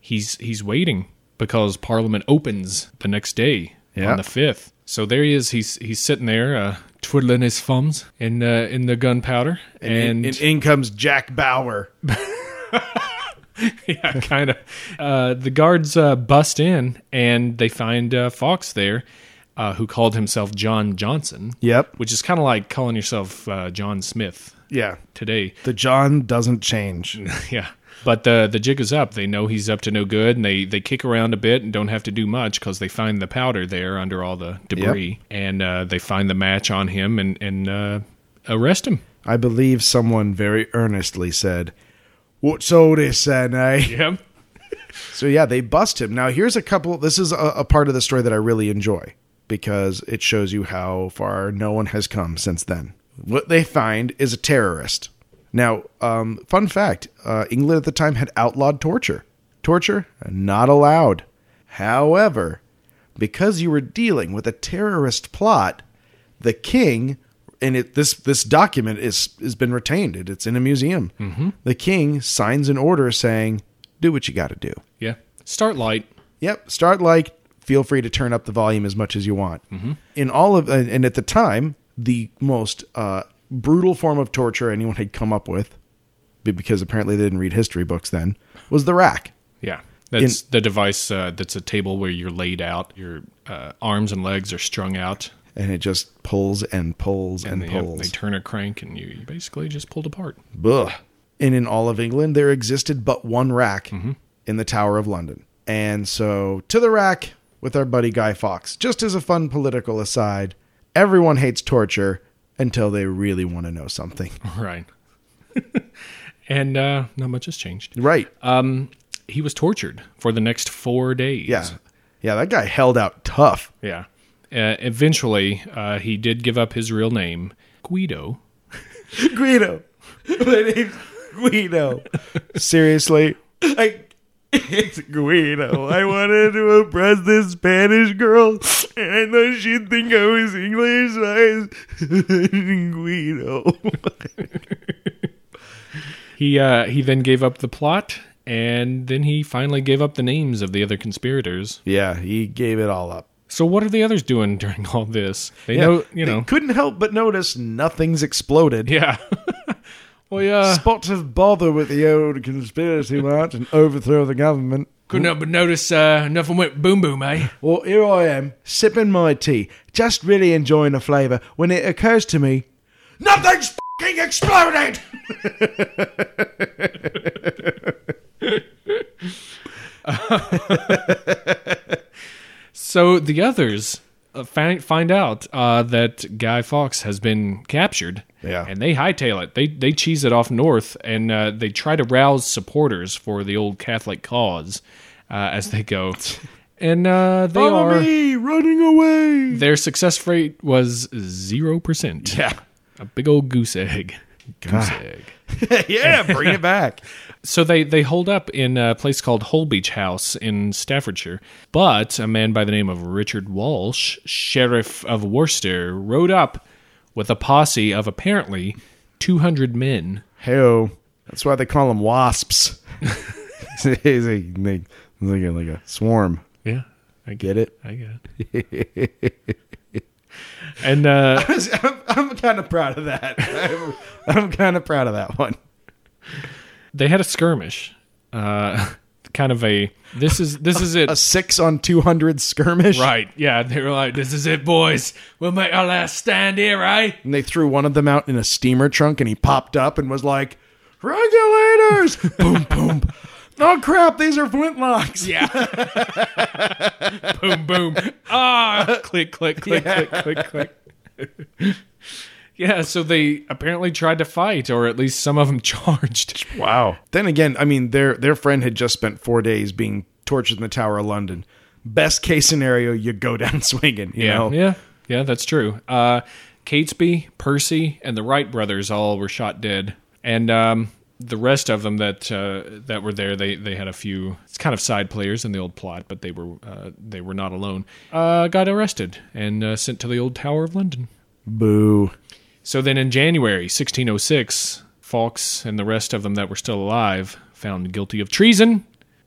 he's he's waiting because Parliament opens the next day Yeah. on the fifth. So there he is. He's he's sitting there uh, twiddling his thumbs in uh, in the gunpowder, *laughs* and, and, in comes Jack Bauer. yeah, *laughs* kind of. Uh, the guards uh, bust in and they find uh, Fox there, uh, who called himself John Johnson. Yep. which is kind of like calling yourself uh, John Smith Yeah. today. The John *laughs* doesn't change. yeah. But the the jig is up. They know he's up to no good, and they, they kick around a bit and don't have to do much because they find the powder there under all the debris, and uh, they find the match on him and and uh, arrest him. I believe someone very earnestly said, What's all this then, eh? Yeah. So yeah, they bust him. Now here's a couple this is a, a part of the story that I really enjoy because it shows you how far no one has come since then. What they find is a terrorist. Now, um, fun fact: uh, England at the time had outlawed torture. Torture not allowed. However, because you were dealing with a terrorist plot, the king and it this this document is has been retained. It, it's in a museum. Mm-hmm. The king signs an order saying, "Do what you got to do." Yeah. Start light. Yep. Start like feel free to turn up the volume as much as you want. Mm-hmm. In all of and and at the time, the most uh, brutal form of torture anyone had come up with, be- because apparently they didn't read history books then, was the rack. Yeah. That's the device uh, that's a table where you're laid out, your uh, arms and legs are strung out, And it just pulls and pulls and, and they, pulls. they turn a crank, and you, you basically just pulled apart. *laughs* Ugh. And in all of England, there existed but one rack Mm-hmm. in the Tower of London. And so to the rack with our buddy Guy Fawkes. Just as a fun political aside, everyone hates torture until they really want to know something. Right. *laughs* and uh, not much has changed. right. Um, he was tortured for the next four days. yeah. Yeah, that guy held out tough. Yeah. Uh, eventually, uh, he did give up his real name, Guido. *laughs* Guido. *laughs* My name's Guido. Seriously? I, it's Guido. I wanted to impress this Spanish girl, and I thought she'd think I was English. So I was *laughs* Guido. He uh, he then gave up the plot, and then he finally gave up the names of the other conspirators. Yeah, he gave it all up. So what are the others doing *laughs* during all this? They know, you know, couldn't help but notice nothing's exploded. *laughs* yeah. *laughs* well, yeah. Spots of bother with the old conspiracy march and overthrow the government. Couldn't help but notice uh, nothing went boom boom, eh? Well, here I am, sipping my tea, just really enjoying the flavour, when it occurs to me, Nothing's fing exploded! So the others uh, find, find out uh, that Guy Fawkes has been captured. Yeah. And they hightail it. They they cheese it off north, and uh, they try to rouse supporters for the old Catholic cause uh, as they *laughs* go. And uh, they are me, running *laughs* away! their success rate was zero percent. Yeah. A big old goose egg. Goose egg. yeah, bring it *laughs* back. So they, they hold up in a place called Holbeach House in Staffordshire, but a man by the name of Richard Walsh, sheriff of Worcester, rode up with a posse of apparently 200 men. Heyo, that's why they call them wasps. *laughs* it's a, it's a, like, like a, like a swarm. Yeah, I Get it? I get it. *laughs* and uh, *laughs* I'm, I'm kind of proud of that. *laughs* I'm, I'm kind of proud of that one. they had a skirmish, uh, kind of a this is this is it. A six on 200 skirmish. Right, yeah, they were like, "This is it, boys. We'll make our last stand here, eh?" right?" and they threw one of them out in a steamer trunk and he popped up and was like regulators *laughs* boom boom oh crap these are flintlocks yeah boom, boom. Ah, click, click, click, click, click, click. yeah, so they apparently tried to fight, or at least some of them *laughs* charged. wow then again i mean their their friend had just spent four days being tortured in the tower of london best case scenario you go down *laughs* swinging you know yeah, yeah, that's true. Uh, Catesby, Percy, and the Wright brothers all were shot dead, and um, the rest of them that uh, that were there, they they had a few. It's kind of side players in the old plot, but they were uh, they were not alone. Uh, got arrested and uh, sent to the old Tower of London. boo So then in January 1606, Fawkes and the rest of them that were still alive found guilty of treason.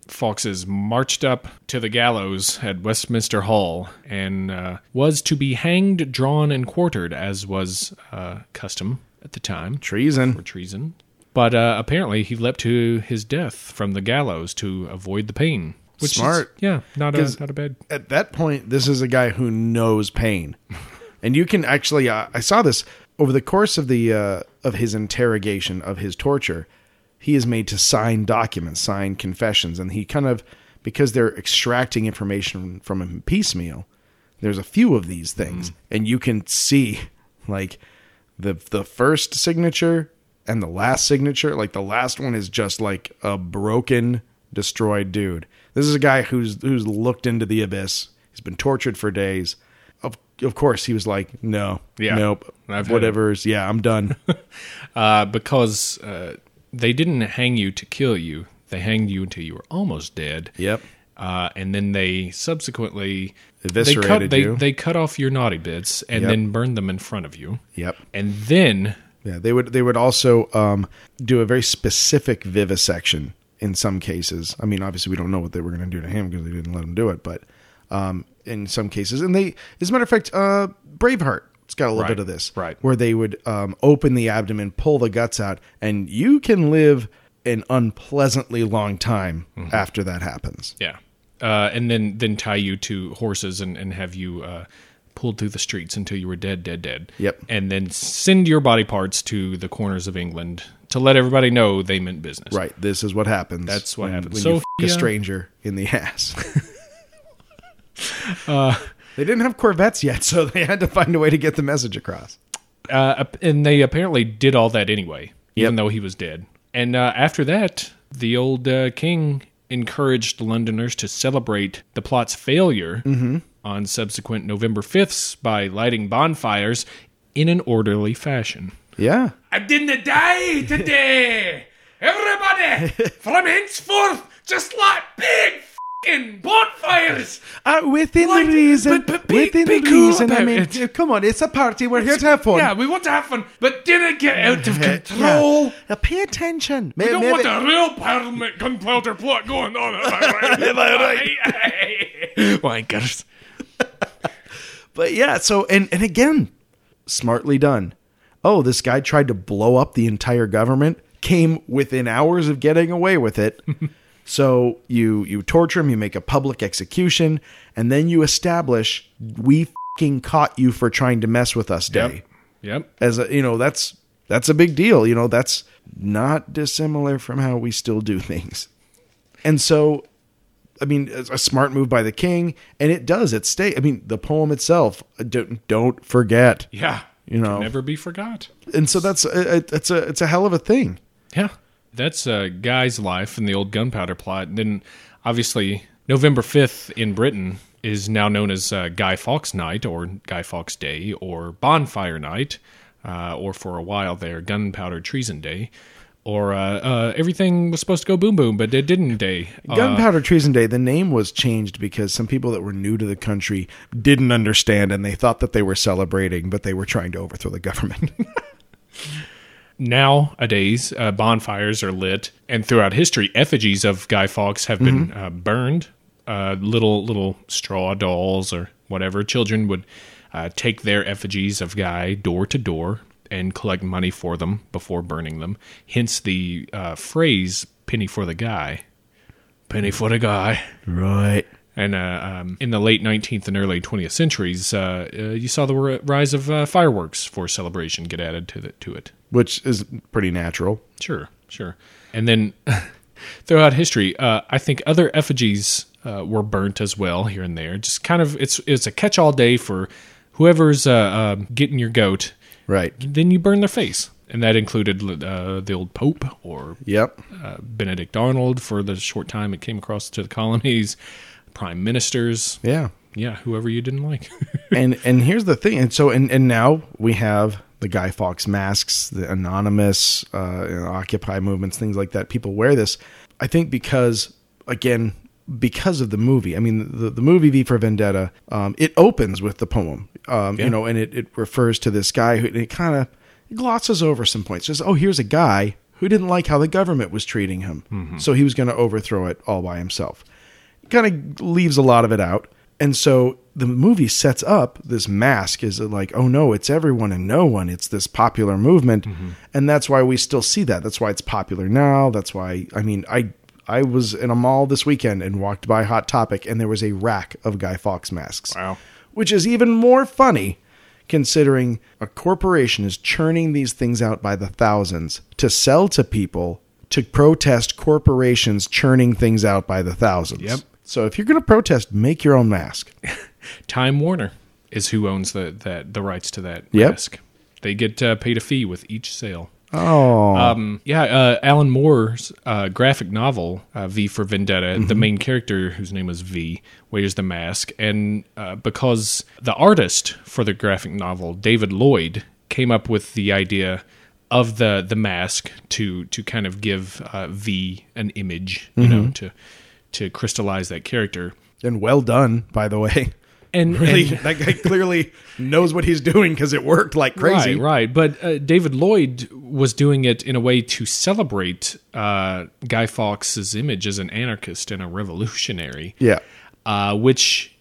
Fawkes is marched up to the gallows at Westminster Hall and uh, was to be hanged, drawn, and quartered, as was uh, custom at the time for treason treason. But uh, apparently, he leapt to his death from the gallows to avoid the pain. Which is- Smart. yeah, not a, 'Cause- not a bad. at that point this is a guy who knows pain and you can actually uh, i saw this over the course of the uh, of his interrogation of his torture he is made to sign documents sign confessions and he kind of because they're extracting information from him piecemeal there's a few of these things and you can see like the the first signature and the last signature like the last one is just like a broken destroyed dude this is a guy who's who's looked into the abyss he's been tortured for days of of course he was like no Yeah. nope I've had it. whatever's yeah i'm *laughs* done uh, because uh, they didn't hang you to kill you. They hanged you until you were almost dead. yep uh, and then they subsequently they Eviscerated cut they, you. they cut off your naughty bits and Yep. then burn them in front of you, Yep. and then Yeah, they would they would also um, do a very specific vivisection in some cases. I mean, obviously we don't know what they were going to do to him because they didn't let him do it, but um, in some cases, and they as a matter of fact, uh, Braveheart. It's got a little Right, bit of this, right. Where they would um, open the abdomen, pull the guts out, and you can live an unpleasantly long time Mm-hmm. after that happens. yeah, uh, and then then tie you to horses and and have you. Uh, Pulled through the streets until you were dead, dead, dead. Yep. And then send your body parts to the corners of England to let everybody know they meant business. Right, this is what happens. That's what when- happens. When So, you f- a yeah. stranger in the ass. *laughs* Uh, they didn't have Corvettes yet, so they had to find a way to get the message across. uh, ap- and they apparently did all that anyway, even Yep. though he was dead. And uh, after that, the old uh, king encouraged Londoners to celebrate the plot's failure on subsequent November 5ths by lighting bonfires in an orderly fashion. Yeah, I didn't die today. Everybody, from henceforth, just like big fing bonfires. uh, within Like, reason, but- but be- be cool about uh, come on, it's a party. We're here to have fun. Yeah, we want to have fun, but didn't get out of control. Uh, pay attention. May- We don't may- want a real parliament gunpowder plot going on. Am *laughs* I right? Wankers. But yeah, so and and again, smartly done. Oh, this guy tried to blow up the entire government, came within hours of getting away with it. so you you torture him, you make a public execution, and then you establish we fucking caught you for trying to mess with us day. Yep. As a, you know, that's that's a big deal, you know, that's not dissimilar from how we still do *laughs* things. And so I mean, it's a smart move by the king, and it does. It stay. I mean, the poem itself. uh, Don't don't forget, Yeah. you know. Never be forgot. And so that's a, a- it's a it's a hell of a thing. Yeah. That's a guy's life in the old gunpowder plot. And then, obviously, November 5th in Britain is now known as uh, Guy Fawkes Night or Guy Fawkes Day or Bonfire Night, uh, or for a while there, Gunpowder Treason Day, or uh, uh, Everything Was Supposed to Go Boom Boom, But It Didn't Day. Uh, Gunpowder Treason Day. The name was changed because some people that were new to the country didn't understand, and they thought that they were celebrating, but they were trying to overthrow the government. *laughs* nowadays, uh, bonfires are lit, and throughout history, effigies of Guy Fawkes have been uh, burned. Uh, little little straw dolls or whatever children would uh, take their effigies of Guy door to door and collect money for them before burning them. Hence the uh, phrase "penny for the guy." Penny for the guy. right. And uh, um, in the late 19th and early 20th centuries, uh, uh, you saw the ri- rise of uh, fireworks for celebration get added to, the, to it. Which is pretty natural. Sure, sure. And then *laughs* throughout history, uh, I think other effigies uh, were burnt as well here and there. Just kind of it's it's a catch all day for whoever's uh, uh, getting your goat. Right. Then you burn their face, and that included uh, the old Pope or Yep. uh, Benedict Arnold for the short time it came across to the colonies, prime ministers. Yeah. Yeah, whoever you didn't like. *laughs* *laughs* and and here's the thing and so and, and now we have the guy fox masks the anonymous uh you know, occupy movements things like that people wear this i think because again because of the movie i mean the, the movie v for vendetta um it opens with the poem um you know and it, it refers to this guy who and it kind of glosses over some points just oh here's a guy who didn't like how the government was treating him so he was going to overthrow it all by himself kind of leaves a lot of it out. And so the movie sets up this mask is like, oh no, it's everyone and no one. It's this popular movement. And that's why we still see that. That's why it's popular now. That's why, I mean, I. I was in a mall this weekend and walked by Hot Topic, and there was a rack of Guy Fawkes masks. Wow. Which is even more funny considering a corporation is churning these things out by the thousands to sell to people to protest corporations churning things out by the thousands. Yep. So if you're going to protest, make your own *laughs* mask. Time Warner is who owns the that the rights to that Yep. risk. They get uh, paid a fee with each sale. Oh, Um, yeah, uh, Alan Moore's uh, graphic novel uh, V for Vendetta. The main character, whose name was V, wears the mask, and uh, because the artist for the graphic novel, David Lloyd, came up with the idea of the the mask to to kind of give uh, V an image, you know, to to crystallize that character. And well done, by the way. And Really, and- that guy *laughs* clearly knows what he's doing because it worked like crazy. Right, right. But uh, David Lloyd was doing it in a way to celebrate uh, Guy Fawkes' image as an anarchist and a revolutionary, Yeah. uh, which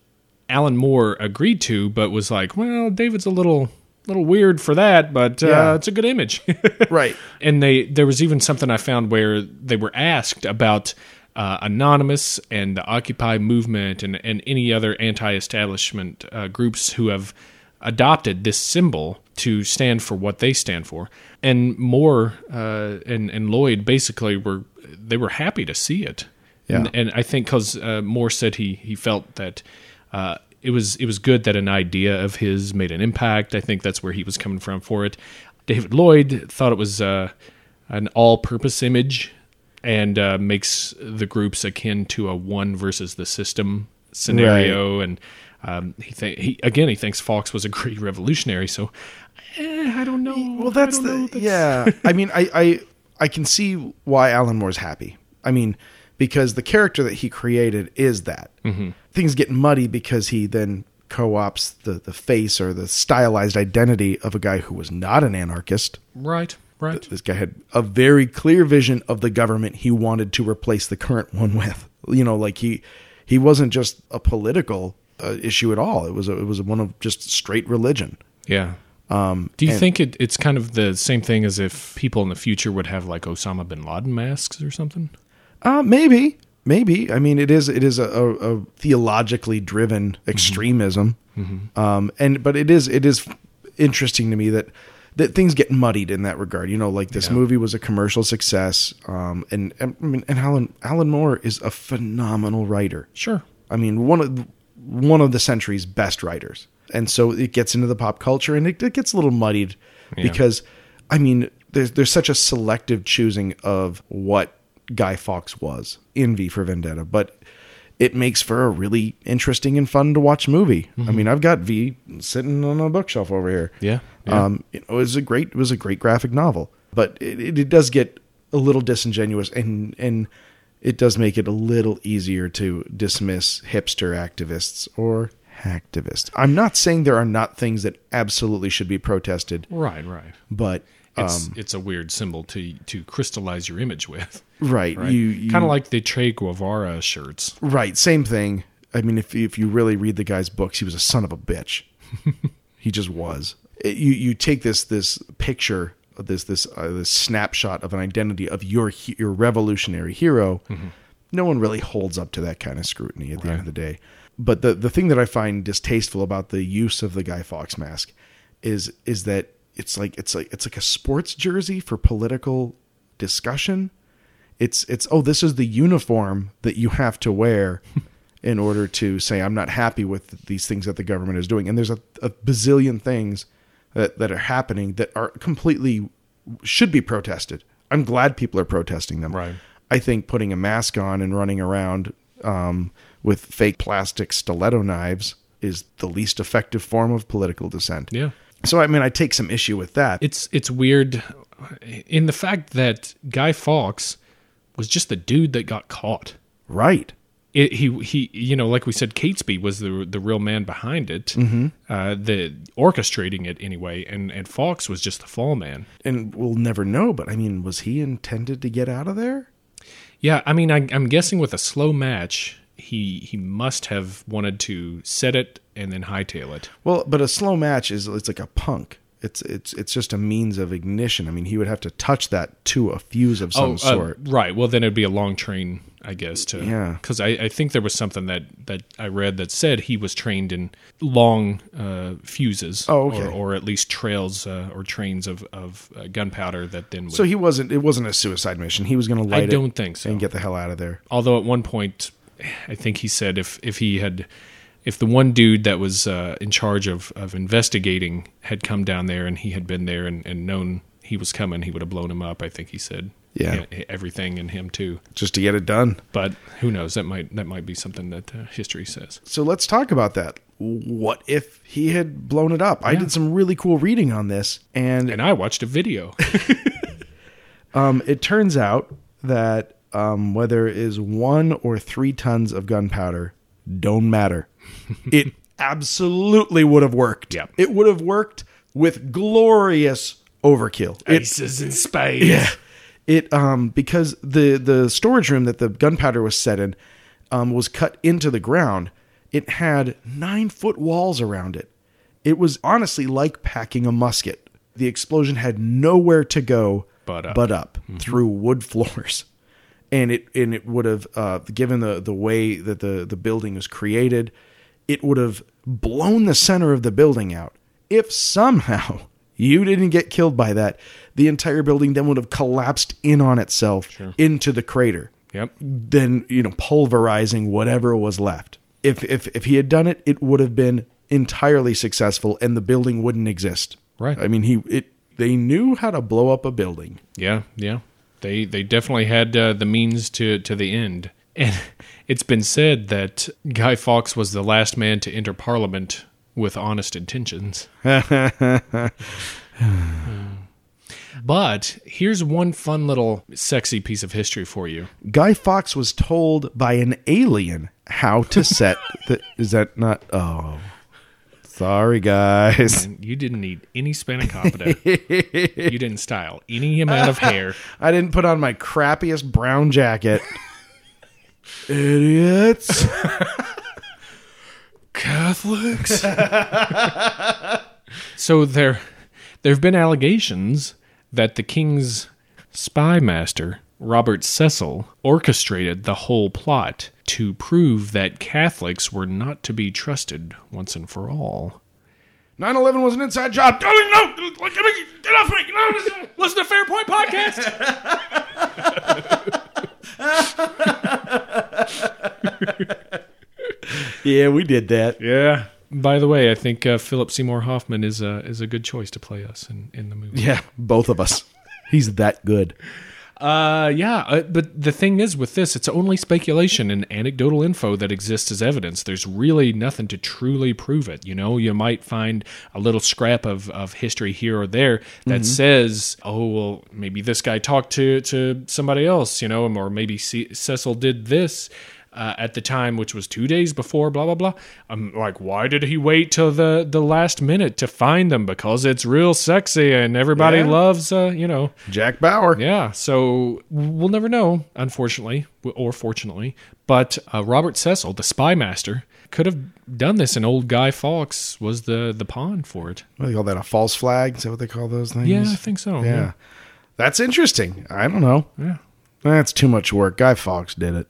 Alan Moore agreed to, but was like, "Well, David's a little, little weird for that, but uh, Yeah. it's a good image." *laughs* Right. and they there was even something I found where they were asked about uh, anonymous and the Occupy movement and and any other anti-establishment uh, groups who have adopted this symbol to stand for what they stand for. And Moore uh, and and Lloyd basically were they were happy to see it. Yeah. And, and I think because uh, Moore said he he felt that. Uh, it was it was good that an idea of his made an impact. I think that's where he was coming from for it. David Lloyd thought it was uh, an all-purpose image and uh, makes the groups akin to a one versus the system scenario. And um, he, th- he again he thinks Fox was a great revolutionary. So eh, I don't know. Well, that's the yeah. *laughs* I mean, I, I I can see why Alan Moore's happy. I mean, because the character that he created is that Mm-hmm. things get muddy because he then co-ops the the face or the stylized identity of a guy who was not an anarchist. right, right. This guy had a very clear vision of the government he wanted to replace the current one with. You know, like he he wasn't just a political uh, issue at all. It was a, it was one of just straight religion. Yeah. Do you Um, and- think it, it's kind of the same thing as if people in the future would have like Osama bin Laden masks or something? Uh, maybe, maybe. I mean, it is it is a, a, a theologically driven extremism, Um, and but it is it is interesting to me that that things get muddied in that regard. You know, like this movie was a commercial success, um, and, and I mean, and Alan Alan Moore is a phenomenal writer. Sure. I mean, one of one of the century's best writers, and so it gets into the pop culture, and it, it gets a little muddied because, I mean, there's there's such a selective choosing of what Guy Fawkes was in V for Vendetta, but it makes for a really interesting and fun to watch movie. I mean, I've got V sitting on a bookshelf over here. Yeah, yeah. Um, you know, it was a great it was a great graphic novel, but it, it, it does get a little disingenuous and and it does make it a little easier to dismiss hipster activists or hacktivists. I'm not saying there are not things that absolutely should be protested, Right, right. but uh, It's Um, it's a weird symbol to to crystallize your image with. *laughs* right, Right? you, you kind of like the Che Guevara shirts. Right, same thing. I mean, if if you really read the guy's books, he was a son of a bitch. he just was. It- you you take this this picture, this this uh, this snapshot of an identity of your he- your revolutionary hero. No one really holds up to that kind of scrutiny at the end of the day. But the the thing that I find distasteful about the use of the Guy Fawkes mask is is that it's like it's like it's like a sports jersey for political discussion it's it's oh this is the uniform that you have to *laughs* wear in order to say i'm not happy with these things that the government is doing and there's a, a bazillion things that that are happening that are completely should be protested i'm glad people are protesting them Right. i think putting a mask on and running around um, with fake plastic stiletto knives is the least effective form of political dissent Yeah. so i mean i take some issue with that It's it's weird in the fact that Guy Fawkes was just the dude that got caught. right It, he he you know like we said Catesby was the the real man behind it. Mm-hmm. Uh the orchestrating it anyway and and Fawkes was just the fall man. and we'll never know but i mean was he intended to get out of there Yeah, I mean, I, I'm guessing with a slow match, he he must have wanted to set it and then hightail it. Well, but a slow match is it's like a punk. It's it's it's just a means of ignition. I mean, he would have to touch that to a fuse of some uh, sort. right. Well, then it'd be a long train, I guess. To Yeah. because I, I think there was something that that I read that said he was trained in long uh, fuses. Oh, okay. Or, or at least trails uh, or trains of of uh, gunpowder that then. Would, So he wasn't. It wasn't a suicide mission. He was going to light I it don't think so. and get the hell out of there. although at one point i think he said if if he had if the one dude that was uh, in charge of, of investigating had come down there and he had been there and, and known he was coming he would have blown him up i think he said Yeah. E- everything and him too Just to get it done. but who knows that might that might be something that uh, history says So let's talk about that. What if he had blown it up? I did some really cool reading on this, and and i watched a video um, it turns out that um, whether it is one or three tons of gunpowder, don't matter. it absolutely would have worked. Yep. It would have worked with glorious overkill. It *laughs* Aces in space. yeah. It um because the the storage room that the gunpowder was set in um was cut into the ground. It had nine foot walls around it. It was honestly like packing a musket. The explosion had nowhere to go But up. but up through wood *laughs* floors. And it and it would have uh, given the the way that the the building was created, it would have blown the center of the building out. If somehow *laughs* you didn't get killed by that, the entire building then would have collapsed in on itself into the crater Yep. then you know pulverizing whatever was left. If if if he had done it, it would have been entirely successful, and the building wouldn't exist. Right. I mean, he it they knew how to blow up a building. Yeah, yeah. They they definitely had uh, the means to to the end. *laughs* And it's been said that Guy Fawkes was the last man to enter Parliament with honest intentions. Hmm. but here's one fun little sexy piece of history for you. Guy Fox was told by an alien how to set the. Is that not? Oh, sorry, guys. And you didn't need any spanakopita. you didn't style any amount of hair. I didn't put on my crappiest brown jacket. Idiots. Catholics. so there, there have been allegations that the king's spy master Robert Cecil orchestrated the whole plot to prove that Catholics were not to be trusted once and for all. 9 11 was an inside job. Oh, no, no, get me- get off me. No, listen- Listen to Fair Point Podcast. Yeah, we did that. Yeah. By the way, I think uh, Philip Seymour Hoffman is a is a good choice to play us in, in the movie. Yeah, both of us. He's that good. Uh, yeah, uh, but the thing is with this, it's only speculation and anecdotal info that exists as evidence. There's really nothing to truly prove it. You know, you might find a little scrap of, of history here or there that says, oh, well, maybe this guy talked to, to somebody else, you know, or maybe C- Cecil did this. Uh, at the time, which was two days before, blah blah blah. I'm like, why did he wait till the the last minute to find them? Because it's real sexy and everybody Yeah. loves, uh, you know. Jack Bauer. Yeah, so we'll never know, unfortunately, or fortunately. But uh, Robert Cecil, the spy master, could have done this, and old Guy Fawkes was the the pawn for it. What do they call that? A false flag? Is that what they call those things? Yeah, I think so. Yeah. That's interesting. I don't know. yeah. That's too much work. Guy Fox did *laughs* it.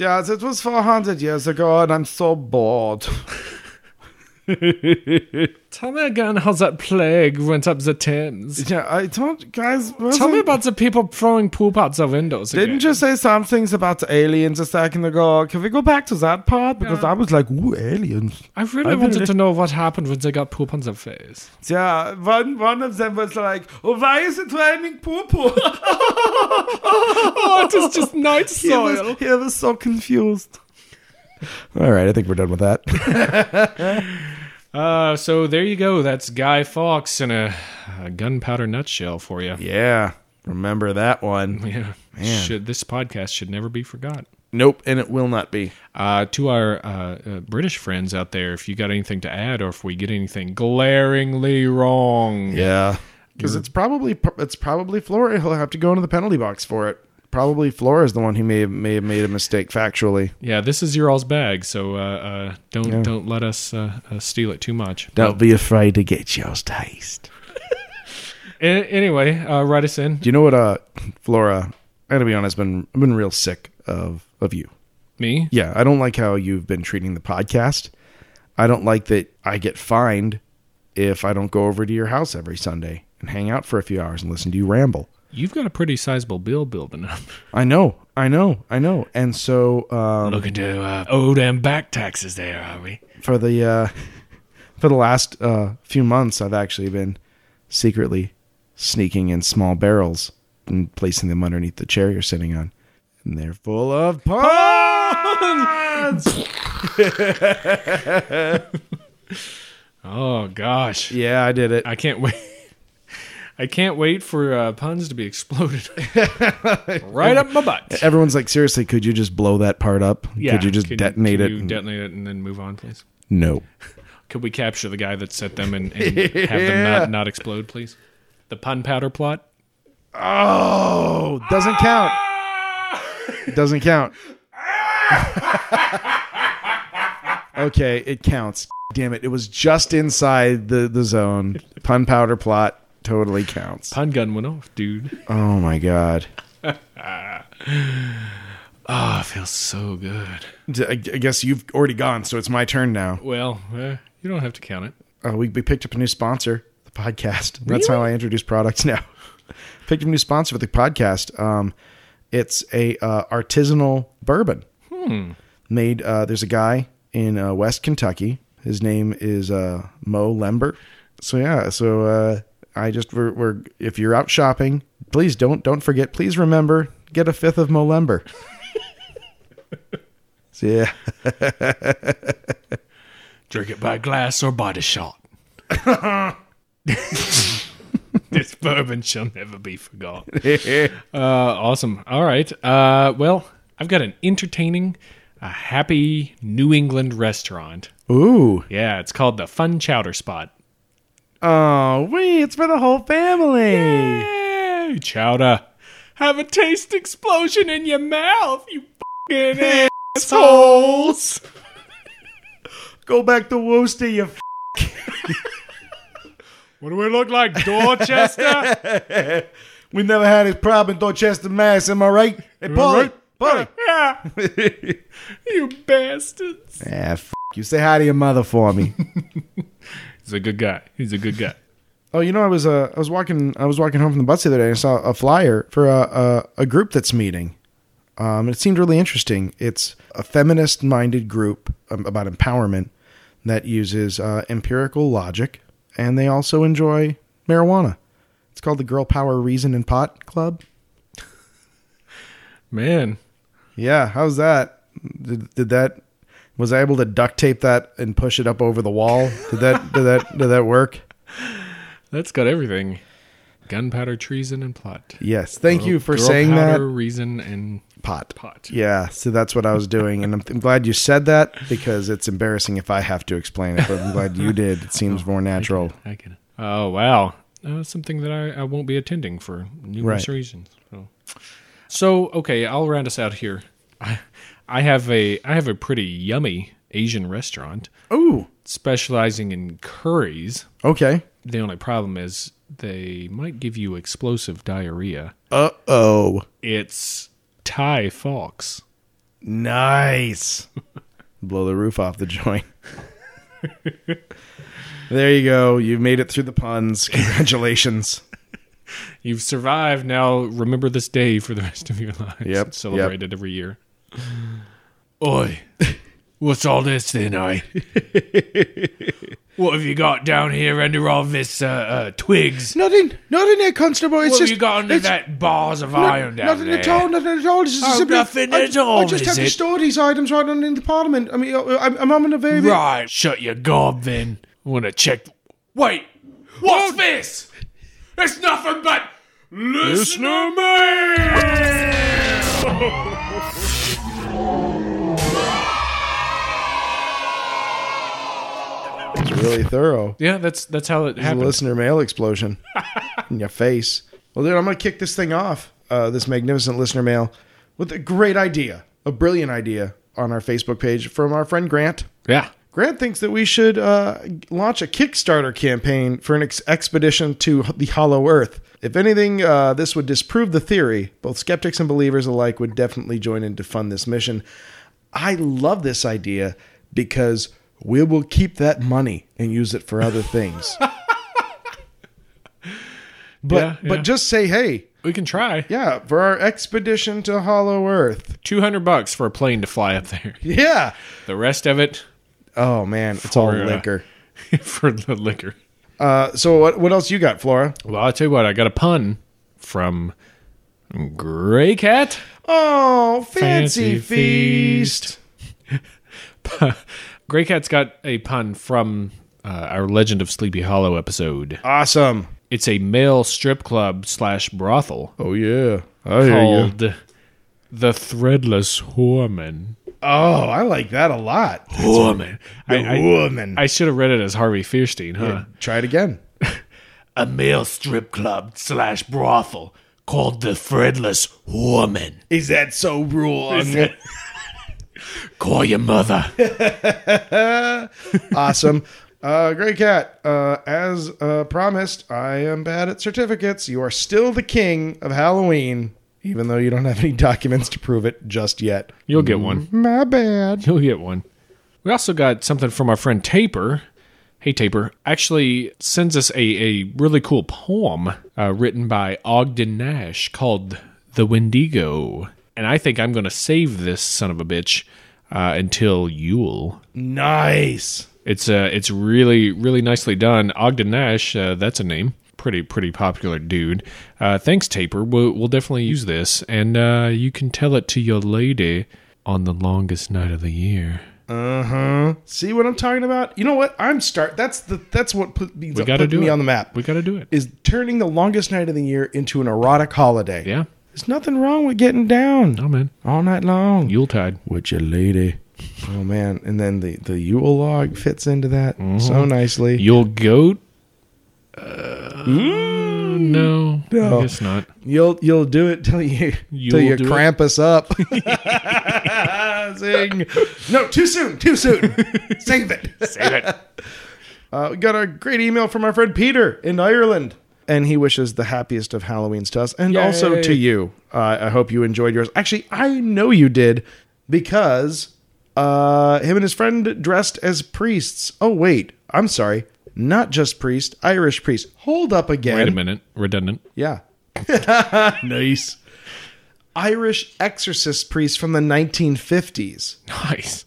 yeah, it was 400 years ago, and I'm so *laughs* bored. Tell me again how that plague went up the Thames. Yeah, I told guys. Tell me wasn't- about the people throwing poop out the windows. Didn't again. you say some things about the aliens a second ago? Can we go back to that part? Because I was like, ooh, aliens. I really wanted to know what happened when they got poop on their *laughs* face. Yeah, one one of them was like, "Oh, why is it raining poo-poo?" Oh, it is just night *laughs* he, was, he was so confused. All right, I think we're done with that. Uh, so there you go. That's Guy Fawkes in a, a gunpowder nutshell for you. *laughs* yeah, remember that one. Yeah, Should, this podcast should never be forgot. Nope, and it will not be. Uh, to our uh, uh, British friends out there, if you got anything to add, or if we get anything glaringly wrong, Yeah, because it's probably it's probably Flora. He'll have to go into the penalty box for it. Probably Flora is the one who may have, may have made a mistake factually. Yeah, this is your all's bag, so uh, uh, don't don't let us uh, uh, steal it too much. Don't be afraid to get yours taste. A- anyway, uh, write us in. Do you know what, uh, Flora? I gotta be honest. Been I've been real sick of of you. Me? Yeah, I don't like how you've been treating the podcast. I don't like that I get fined if I don't go over to your house every Sunday and hang out for a few hours and listen to you ramble. You've got a pretty sizable bill building up. *laughs* I know, I know, I know. And so um, Looking to uh, Oh, damn back taxes there, are we? for the uh, *laughs* for the last uh, few months, I've actually been secretly sneaking in small barrels and placing them underneath the chair you're sitting on, and they're full of puns. Oh gosh, Oh, yeah, I did it. I can't wait. *laughs* I can't wait for uh, puns to be exploded *laughs* right up my butt. Everyone's like, seriously, could you just blow that part up? could you just can- detonate can it? you And- detonate it and then move on, please. no. Could we capture the guy that set them and, and have them not, not explode, please? The pun powder plot. Oh, doesn't count. Ah! Doesn't *laughs* count. okay, it counts. Damn it. It was just inside the, the zone. Pun powder plot totally counts. Pun gun went off, dude. Oh my god. Ah, feels so good. D- I I guess you've already gone, so it's my turn now. Well, uh, you don't have to count it. Uh, we, we picked up a new sponsor, the podcast. That's how I introduce products *laughs* now. picked up a new sponsor for the podcast. Um, it's a uh, artisanal bourbon. Made uh, there's a guy in uh, West Kentucky. His name is uh, Mo Lember. So yeah, so uh, I just we're, we're if you're out shopping, please don't don't forget. Please remember get a fifth of Mo Lember. so, yeah. *laughs* Drink it by glass or body shot. *laughs* This bourbon shall never be forgotten. uh, awesome. All right. Uh, well, I've got an entertaining, a happy New England restaurant. Ooh. Yeah, it's called the Fun Chowder Spot. Oh, wait, it's for the whole family. Hey, chowder. Have a taste explosion in your mouth, you *laughs* fucking assholes. Go back to Worcester, you What do we look like, *laughs* Dorchester? We never had this problem in Dorchester, Mass. Am I right? Hey, Polly, Polly. yeah. you bastards. Ah, f- you say hi to your mother for me. He's a good guy. He's a good guy. *laughs* oh, you know, I was uh, I was walking, I was walking home from the bus the other day, and I saw a flyer for a a, a group that's meeting. Um, it seemed really interesting. It's a feminist-minded group um, about empowerment that uses uh, empirical logic, and they also enjoy marijuana. It's called the Girl Power Reason and Pot Club. Man, Yeah, how's that? Did, did that was I able to duct tape that and push it up over the wall? Did that did that did that work? that's got everything. Gunpowder, treason, and plot. Yes. Thank you for saying powder, that. reason, and Pot. pot. Yeah, so that's what I was doing and I'm, I'm glad you said that because it's embarrassing if I have to explain it, but I'm glad you did. It seems more natural. I get it. Oh, wow. Uh, something that I, I won't be attending for numerous Right. reasons. So. so, okay, I'll round us out here. I, I have a I have a pretty yummy Asian restaurant Ooh. specializing in curries. Okay. The only problem is they might give you explosive diarrhea. Uh-oh. It's Thai Fox. Nice. Blow the roof off the *laughs* joint. there you go. You made it through the puns. Congratulations. You've survived. Now remember this day for the rest *laughs* of your life. Yep, Celebrate it every year. Oi, what's all this then, I? what have you got down here under all this uh, uh, twigs? Nothing, nothing there, Constable. It's What have just you got under it's that bars of no- iron down nothing there? at all. Nothing at all. This is Oh, simply, nothing I, at all, I just have is to it? store these items right on in the Parliament. I mean, I- I'm, I'm on a very Right, shut your gob then. I want to check. Wait, what's this? It's nothing but listener mail. It's really *laughs* thorough. Yeah, that's that's how it happens. Listener mail explosion in your face. Well, dude, I'm gonna kick this thing off. Uh, this magnificent listener mail with a great idea, a brilliant idea on our Facebook page from our friend Grant. Yeah. Grant thinks that we should uh, launch a Kickstarter campaign for an ex- expedition to h- the Hollow Earth. If anything, uh, this would disprove the theory. Both skeptics and believers alike would definitely join in to fund this mission. I love this idea because we will keep that money and use it for other things. *laughs* but Yeah, yeah. but just say hey, We can try. yeah, for our expedition to Hollow Earth. *laughs* Two hundred bucks for a plane to fly up there. Yeah. The rest of it *laughs* Oh man, it's all For, uh, liquor. for the liquor. Uh, so what what else you got, Flora? Well, I'll tell you what. I got a pun from Gray Cat. *laughs* Oh, Fancy feast. Gray Cat's got a pun from uh, our Legend of Sleepy Hollow episode. Awesome. It's a male strip club slash brothel Oh yeah. I hear you. called the Threadless Whoreman. Oh, I like that a lot. Woman. The woman. I should have read it as Harvey Fierstein, huh? Try it again. A male strip club slash brothel called the Threadless Woman. Is that so *laughs* wrong? Call your mother. awesome. Uh, Gray Cat, uh, as uh, promised, I am bad at certificates. You are still the king of Halloween, even though you don't have any *laughs* documents to prove it just yet. You'll get one. My bad. You'll get one. We also got something from our friend Taper. Hey, Taper actually sends us a, a really cool poem uh, written by Ogden Nash called The Wendigo. And I think I'm going to save this son of a bitch uh, until Yule. Nice. It's uh, it's really really nicely done. Ogden Nash, uh, that's a name. Pretty pretty popular dude. Uh, thanks, Taper. We'll, we'll definitely use this, and uh, you can tell it to your lady on the longest night of the year. See what I'm talking about? You know what? I'm start. That's the that's what put, means We up- gotta putting do me it. on the map. We got to do it. is turning the longest night of the year into an erotic holiday. Yeah. There's nothing wrong with getting down Oh man, all night long. Yuletide. with your lady. Oh man! And then the the Yule log fits into that so nicely. Yule goat. Uh, no, Mm. No. I guess not. You'll you'll do it till you till You'll you do it. cramp us up. *laughs* Zing. No, too soon, too soon. Save it. Save it. Uh, we got a great email from our friend Peter in Ireland, and he wishes the happiest of Halloweens to us and also Yay. to you. Uh, I hope you enjoyed yours. Actually, I know you did because uh, him and his friend dressed as priests. Oh wait, I'm sorry, not just priest, Irish priest. Hold up again. Wait a minute. Redundant. *laughs* Yeah. nice. Irish exorcist priest from the 1950s. Nice.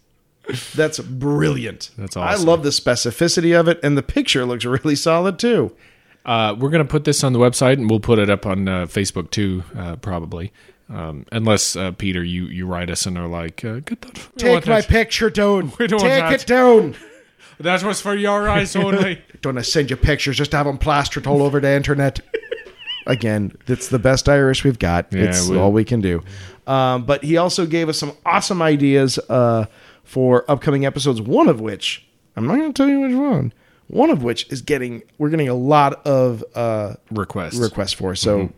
That's brilliant. That's I awesome. love the specificity of it, and the picture looks really solid too. Uh, we're gonna put this on the website, and we'll put it up on uh, Facebook too, uh, probably. Um, unless uh, Peter, you you write us and are like, uh, "Get that- we don't want Take my that. picture down. *laughs* Take We don't want it that. down. That was for your eyes *laughs* only." Don't I send you pictures just to have them plastered all over the internet. Again, it's the best Irish we've got. it's we- all we can do. Um, but he also gave us some awesome ideas uh, for upcoming episodes. One of which I'm not going to tell you which one. One of which is getting we're getting a lot of uh, Request. requests for. So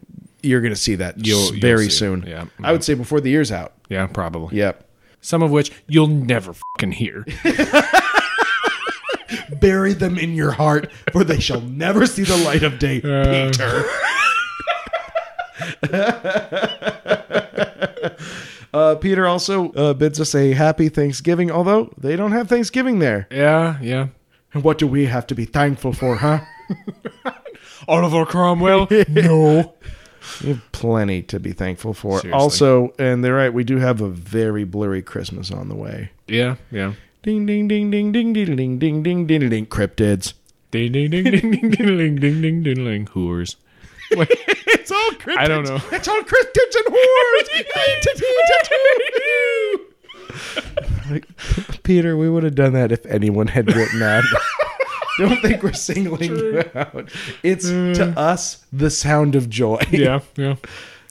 you're going to see that Mm-hmm. You'll- you'll very see it. soon. Yeah. I would say before the year's out. yeah, probably. Yep. Some of which you'll never fucking *laughs* hear. Bury them in your heart, for they shall never see the light *laughs* of day. Peter. *laughs* Uh, Peter also uh, bids us a happy Thanksgiving, although they don't have Thanksgiving there. Yeah, yeah. And what do we have to be thankful for, huh? Oliver *laughs* Cromwell. no. we have plenty to be thankful for. Seriously. Also, and they're right, we do have a very blurry Christmas on the way. Yeah, yeah. Ding, ding, ding, ding, ding, ding, ding, ding, ding, ding, ding, cryptids. Ding ding ding ding ding ding ding ding ding ding ding. *laughs* Whores. It's all cryptids. I don't know. It's all cryptids and *laughs* whores. like, *laughs* Peter, we would have done that if anyone had written that. *laughs* don't think we're singling you out. It's to us the sound of joy. Yeah, yeah.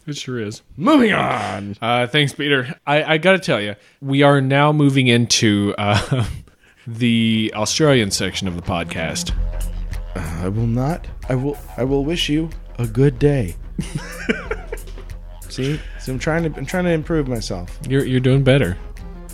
It sure is. *laughs* Moving on. Uh, thanks, Peter. I, I got to tell you, we are now moving into uh, *laughs* the Australian section of the podcast. I will not. I will. I will wish you a good *laughs* day. See, so I'm trying to. I'm trying to improve myself. You're you're doing better.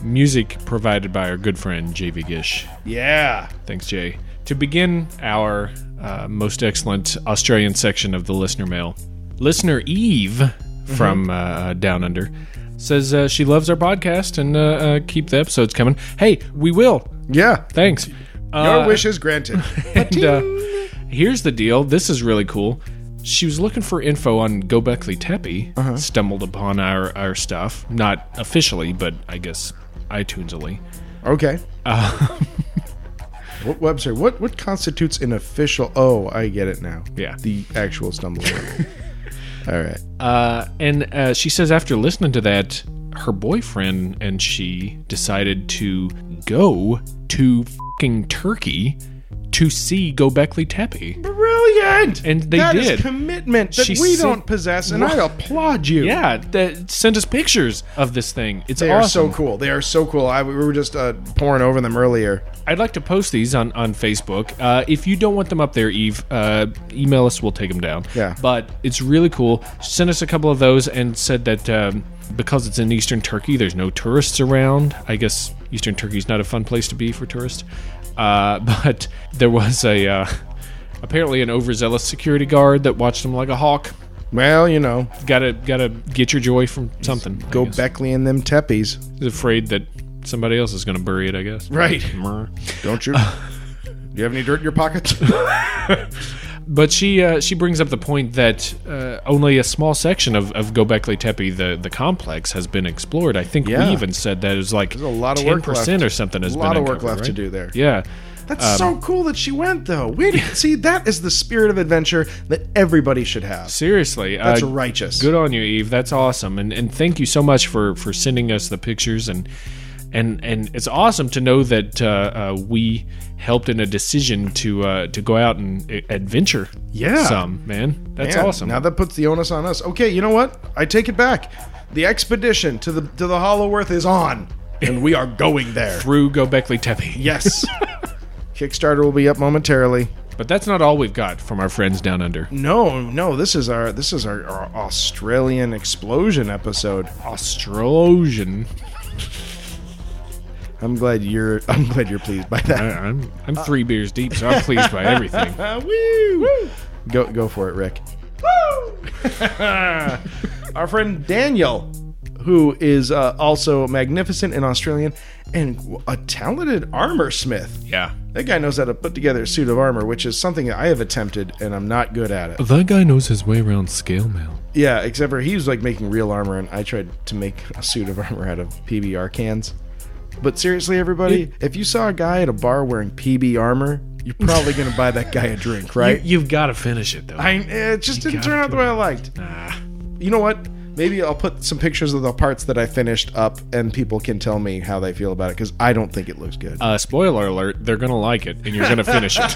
Music provided by our good friend JV Gish. Yeah. Thanks, Jay. To begin our uh, most excellent Australian section of the listener mail, listener Eve from uh, Down Under says uh, she loves our podcast and uh, uh, keep the episodes coming. Hey, we will. Yeah. Thanks. Your Uh, wish is *laughs* granted. And uh, here's the deal. This is really cool. She was looking for info on Gobekli Tepe, Uh-huh. stumbled upon our, our stuff, not officially, but I guess iTunesily. Okay. Uh, *laughs* what website? What what constitutes an official? Oh, I get it now. Yeah. The actual stumble. *laughs* over. All right. Uh, and uh, she says after listening to that, her boyfriend and she decided to go to fucking Turkey to see Gobekli Tepe. Brilliant. commitment. And they That is did. commitment that She we sent- don't possess, and I applaud you. yeah, that sent us pictures of this thing. It's They awesome. are so cool. They are so cool. I, we were just uh, pouring over them earlier. I'd like to post these on on Facebook. Uh, if you don't want them up there, Eve, uh, email us. We'll take them down. Yeah. But it's really cool. Sent us a couple of those and said that um, because it's in Eastern Turkey, there's no tourists around. I guess Eastern Turkey's not a fun place to be for tourists. Uh, *laughs* but there was a uh, apparently an overzealous security guard that watched them like a hawk. Well, you know, Gotta gotta get your joy from something. I go guess. Beckley and them teppies. He's afraid that somebody else is gonna bury it. I guess. Right. Mer. *laughs* Don't you? Do you have any dirt in your pockets? *laughs* But she uh, she brings up the point that uh, only a small section of, of Gobekli Tepe, the, the complex, has been explored. I think Yeah. we even said that it was like a lot of work 10% or left. something has A lot been of work uncovered, left to right? do there. Yeah. um, That's so cool that she went though. We *laughs* didn't see that is the spirit of adventure that everybody should have. Seriously. That's uh, righteous. Good on you, Eve. That's awesome. And and thank you so much for for sending us the pictures and and and it's awesome to know that uh, uh, we helped in a decision to uh, to go out and uh, adventure. Yeah. Some, man. That's Man, awesome. Now that puts the onus on us. Okay, you know what? I take it back. The expedition to the to the Hollow Earth is on, and we are going there. through Gobekli Tepe. Yes. Kickstarter will be up momentarily. But that's not all we've got from our friends down under. No, no, this is our this is our, our Australian explosion episode. Australasian. I'm glad you're I'm glad you're pleased by I- that. I'm I'm three beers deep, so I'm pleased by *laughs* everything. Uh, woo! woo! Go go for it, Rick. Woo! *laughs* our friend Daniel, who is uh, also magnificent and Australian and a talented armor smith. Yeah. That guy knows how to put together a suit of armor, which is something that I have attempted and I'm not good at it. That guy knows his way around scale mail. Yeah, except for he was like making real armor, and I tried to make a suit of *laughs* armor out of PBR cans. But seriously, everybody, if you saw a guy at a bar wearing PB armor, you're probably going to buy that guy a *laughs* drink, right? You've got to finish it though. I it just didn't turn out the way I liked. You know what? Maybe I'll put some pictures of the parts that I finished up, and people can tell me how they feel about it because I don't think it looks good. Uh, spoiler alert: They're gonna like it, and you're gonna finish *laughs* it.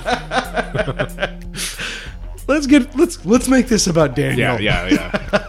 let's get let's let's make this about Daniel. Yeah, yeah,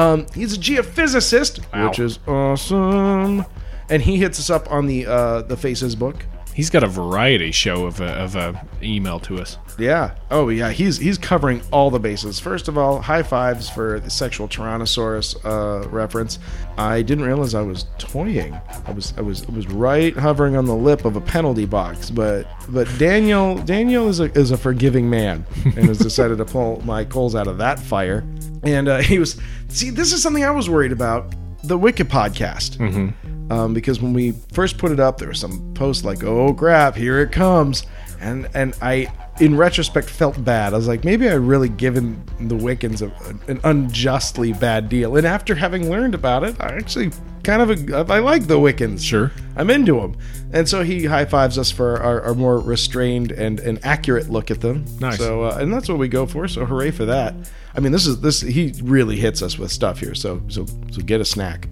yeah. He's a geophysicist, Wow. which is awesome. And he hits us up on the uh, the Faces book. *laughs* He's got a variety show of a, of a email to us. Yeah. Oh yeah. He's he's covering all the bases. First of all, high fives for the sexual Tyrannosaurus uh, reference. I didn't realize I was toying. I was I was I was right hovering on the lip of a penalty box. But but Daniel Daniel is a is a forgiving man and has decided to pull my coals out of that fire. And uh, he was see this is something I was worried about the Wicked podcast. Um, because when we first put it up, there were some posts like, "Oh crap, here it comes," and and I, in retrospect, felt bad. I was like, maybe I really given the Wiccans a, an unjustly bad deal. And after having learned about it, I actually kind of I like the Wiccans. Sure. I'm into them. And so he high fives us for our, our more restrained and, and accurate look at them. Nice. So uh, and that's what we go for. So hooray for that. I mean, this is this he really hits us with stuff here. So so so get *laughs* a snack.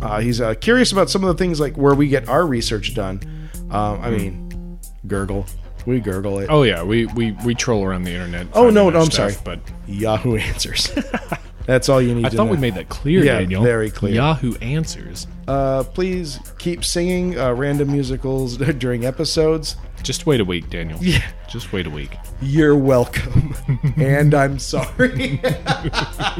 Uh, he's uh, curious about some of the things like where we get our research done. Um, I mean, gurgle. We gurgle it. Hmm. Oh yeah, we we, we troll around the internet. Oh, no, finding no, our I'm sorry. but Yahoo answers. *laughs* That's all you need I to thought know. we made that clear, Yeah, Daniel. very clear. Yahoo answers. uh, please keep singing uh, random musicals *laughs* during episodes. Just wait a week, Daniel. Yeah. Just wait a week. You're welcome. *laughs* and I'm sorry.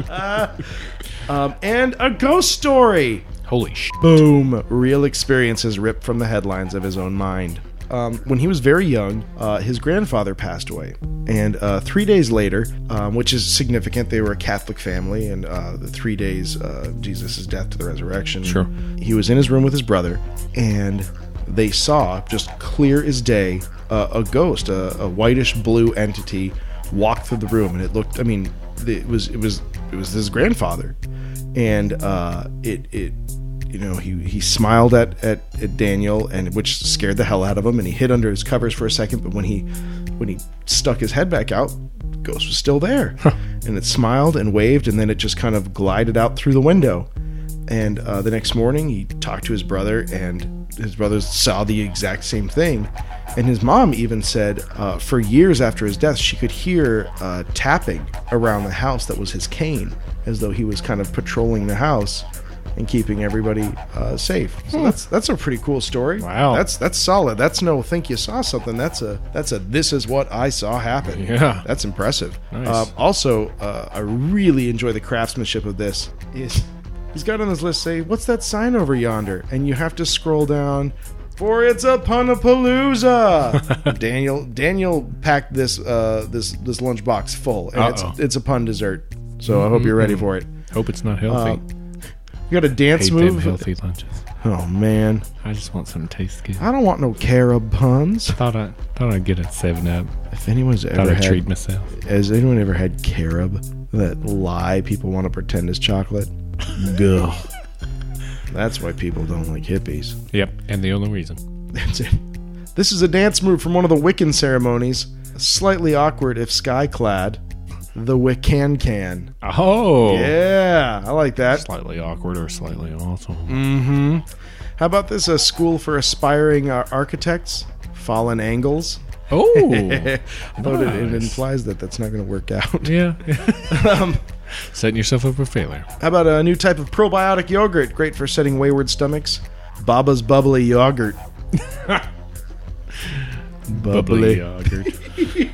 *laughs* um, and a ghost story. Holy sh! Boom. Real experiences ripped from the headlines of his own mind. Um, when he was very young, uh, his grandfather passed away. And uh, three days later, um, which is significant, they were a Catholic family, and uh, the three days uh, Jesus' death to the resurrection. Sure. He was in his room with his brother, and they saw, just clear as day, uh, a ghost, a, a whitish blue entity, walk through the room. And it looked, I mean, it was, it was, it was his grandfather. And uh, it, it, you know he, he smiled at, at at Daniel and which scared the hell out of him and he hid under his covers for a second but when he when he stuck his head back out ghost was still there and it smiled and waved and then it just kind of glided out through the window And uh, the next morning, he talked to his brother, and his brother saw the exact same thing. And his mom even said, uh, for years after his death, she could hear uh, tapping around the house that was his cane, as though he was kind of patrolling the house and keeping everybody uh, safe. So that's that's a pretty cool story. Hmm. Wow. that's that's solid. That's no think you saw something. That's a that's a this is what I saw happen. Yeah. that's impressive. Nice. Uh, also, uh, I really enjoy the craftsmanship of this. Is he's got on his list say, "What's that sign over yonder?" And you have to scroll down. For it's a *laughs* punapalooza. Daniel Daniel packed this uh, this this lunchbox full, and Uh-oh. it's it's a pun dessert. So I hope you're ready for it. Hope it's not healthy. Uh, You got a dance Hate them move. healthy lunches. Oh man, I just want something to taste good. I don't want no carob puns. thought I thought I'd get a seven up. If anyone's Thought ever I'd treat had, myself. has anyone ever had carob? That lie people want to pretend is chocolate. Go. That's why people don't like hippies. Yep, and the only reason. That's it. This is a dance move from one of the Wiccan ceremonies. Slightly awkward if sky clad. The Wiccan can. Oh, Yeah, I like that. slightly awkward or slightly awesome. Mm. How about this? A school for aspiring uh, architects. Fallen angles. *laughs* Oh, Although it- it, Nice. implies that that's not going to work out. yeah. Um, Setting yourself up for failure. How about a new type of probiotic yogurt? Great for setting wayward stomachs. Baba's bubbly yogurt. *laughs* Bubbly uh, yogurt. *laughs*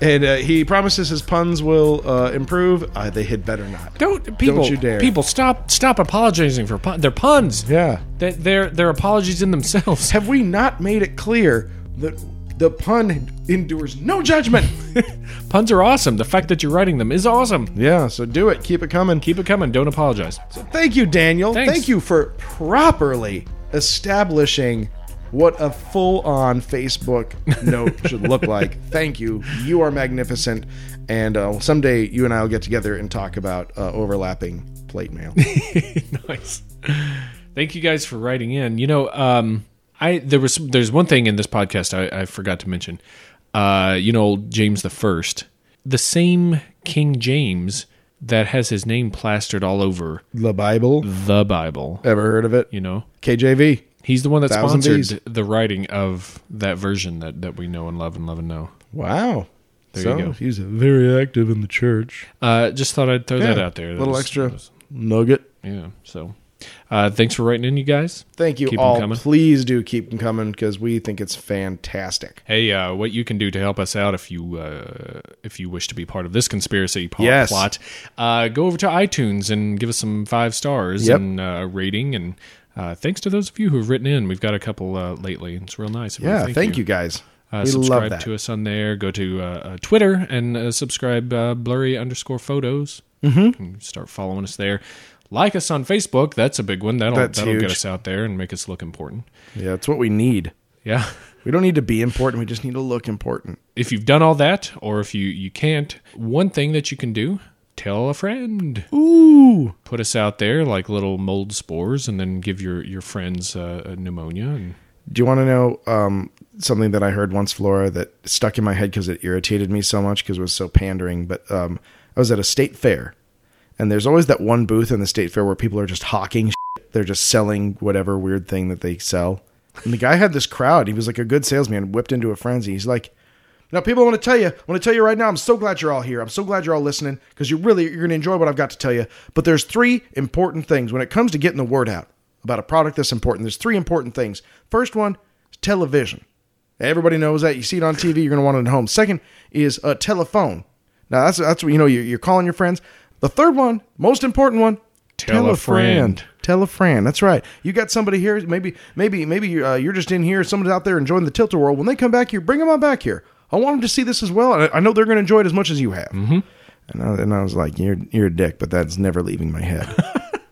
And uh, he promises his puns will uh, improve. Uh, they had better not. Don't people? you dare. People stop! Stop apologizing for pun. They're puns. Yeah. They, they're they're apologies in themselves. *laughs* Have we not made it clear that the pun endures no judgment? *laughs* Puns are awesome. The fact that you're writing them is awesome. yeah, so do it. Keep it coming. Keep it coming. Don't apologize. Thank you, Daniel. Thanks. Thank you for properly establishing what a full on Facebook note should *laughs* look like. Thank you. You are magnificent. And uh, someday you and I will get together and talk about uh, overlapping plate mail. nice. Thank you guys for writing in. You know, um, I there was there's one thing in this podcast I, I forgot to mention. Uh, you know, old James the First, the same King James that has his name plastered all over the Bible. *laughs* the Bible. Ever heard of it? You know, KJV. he's the one that Thousand sponsored Bs. the writing of that version that that we know and love and love and know. Wow. There so you go. he's very active in the church. Uh, just thought I'd throw that Yeah, out there. That little was- extra that was- nugget. yeah. So, uh, thanks for writing in, you guys. Thank you Keep 'em all. coming. Please do keep them coming because we think it's fantastic. Hey, uh, what you can do to help us out if you uh, if you wish to be part of this conspiracy po- Yes. plot, uh, go over to iTunes and give us some five stars Yep. and uh, a rating. And uh, thanks to those of you who've written in, we've got a couple uh, lately. It's real nice. Really Yeah, thank, you. guys. Uh, we subscribe love that. to us on there. Go to uh, uh, Twitter and uh, subscribe uh, blurry underscore photos. Mm-hmm. Start following us there. Like us on Facebook. That's a big one. That'll That's that'll get huge. us out there and make us look important. Yeah, it's what we need. Yeah. *laughs* We don't need to be important. We just need to look important. if you've done all that or if you you can't one thing that you can do tell a friend Ooh. put us out there like little mold spores and then give your your friends uh, a pneumonia and Do you want to know um, something that I heard once, Flora, that stuck in my head because it irritated me so much because it was so pandering? But um, I was at a state fair, and there's always that one booth in the state fair where people are just hawking. Shit. They're just selling whatever weird thing that they sell. And the guy had this crowd. He was like a good salesman, whipped into a frenzy. He's like, Now, people, I want to tell you, I want to tell you right now, I'm so glad you're all here. I'm so glad you're all listening because you really, you're going to enjoy what I've got to tell you. But there's three important things when it comes to getting the word out about a product that's important. There's three important things. First one is television. Everybody knows that. You see it on TV, you're going to want it at home. Second is a telephone. Now, that's, that's what you know, you're, you're calling your friends. The third one, most important one, Tell a friend. Tell a friend. That's right. You got somebody here. Maybe, maybe, maybe uh, you're just in here. Someone's out there enjoying the Tilter World. When they come back here, bring them on back here. I want them to see this as well. And I, I know they're going to enjoy it as much as you have. Mm-hmm. And, I, and I was like, you're you're a dick, but that's never leaving my head. *laughs*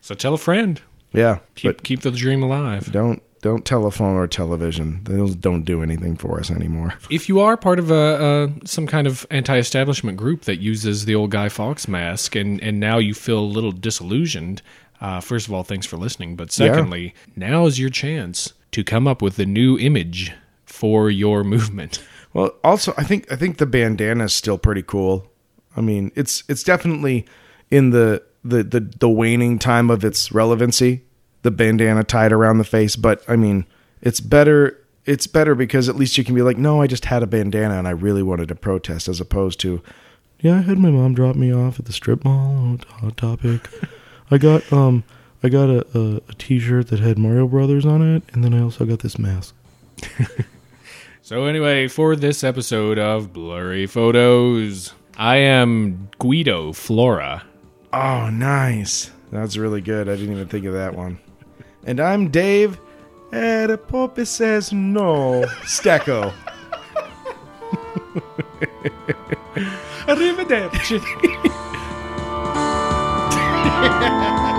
so tell a friend yeah, keep keep the dream alive but don't don't telephone or television. Those don't do anything for us anymore. if you are part of a uh, some kind of anti-establishment group that uses the old guy fox mask and and now you feel a little disillusioned uh, first of all thanks for listening but secondly now's your chance to come up with the new image for your *laughs* movement Well, also, I think I think the bandana is still pretty cool. I mean, it's it's definitely in the the, the the waning time of its relevancy, the bandana tied around the face. But I mean, it's better. It's better because at least you can be like, no, I just had a bandana and I really wanted to protest, as opposed to, yeah, I had my mom drop me off at the strip mall. Hot topic. *laughs* I got um, I got a, a, a T-shirt that had Mario Brothers on it, and then I also got this mask. So, anyway, for this episode of Blurry Photos, I am Guido Flora. Oh, nice. That's really good. I didn't even think of that one. And I'm Dave. And the puppy says no. Stecco. Arrivederci.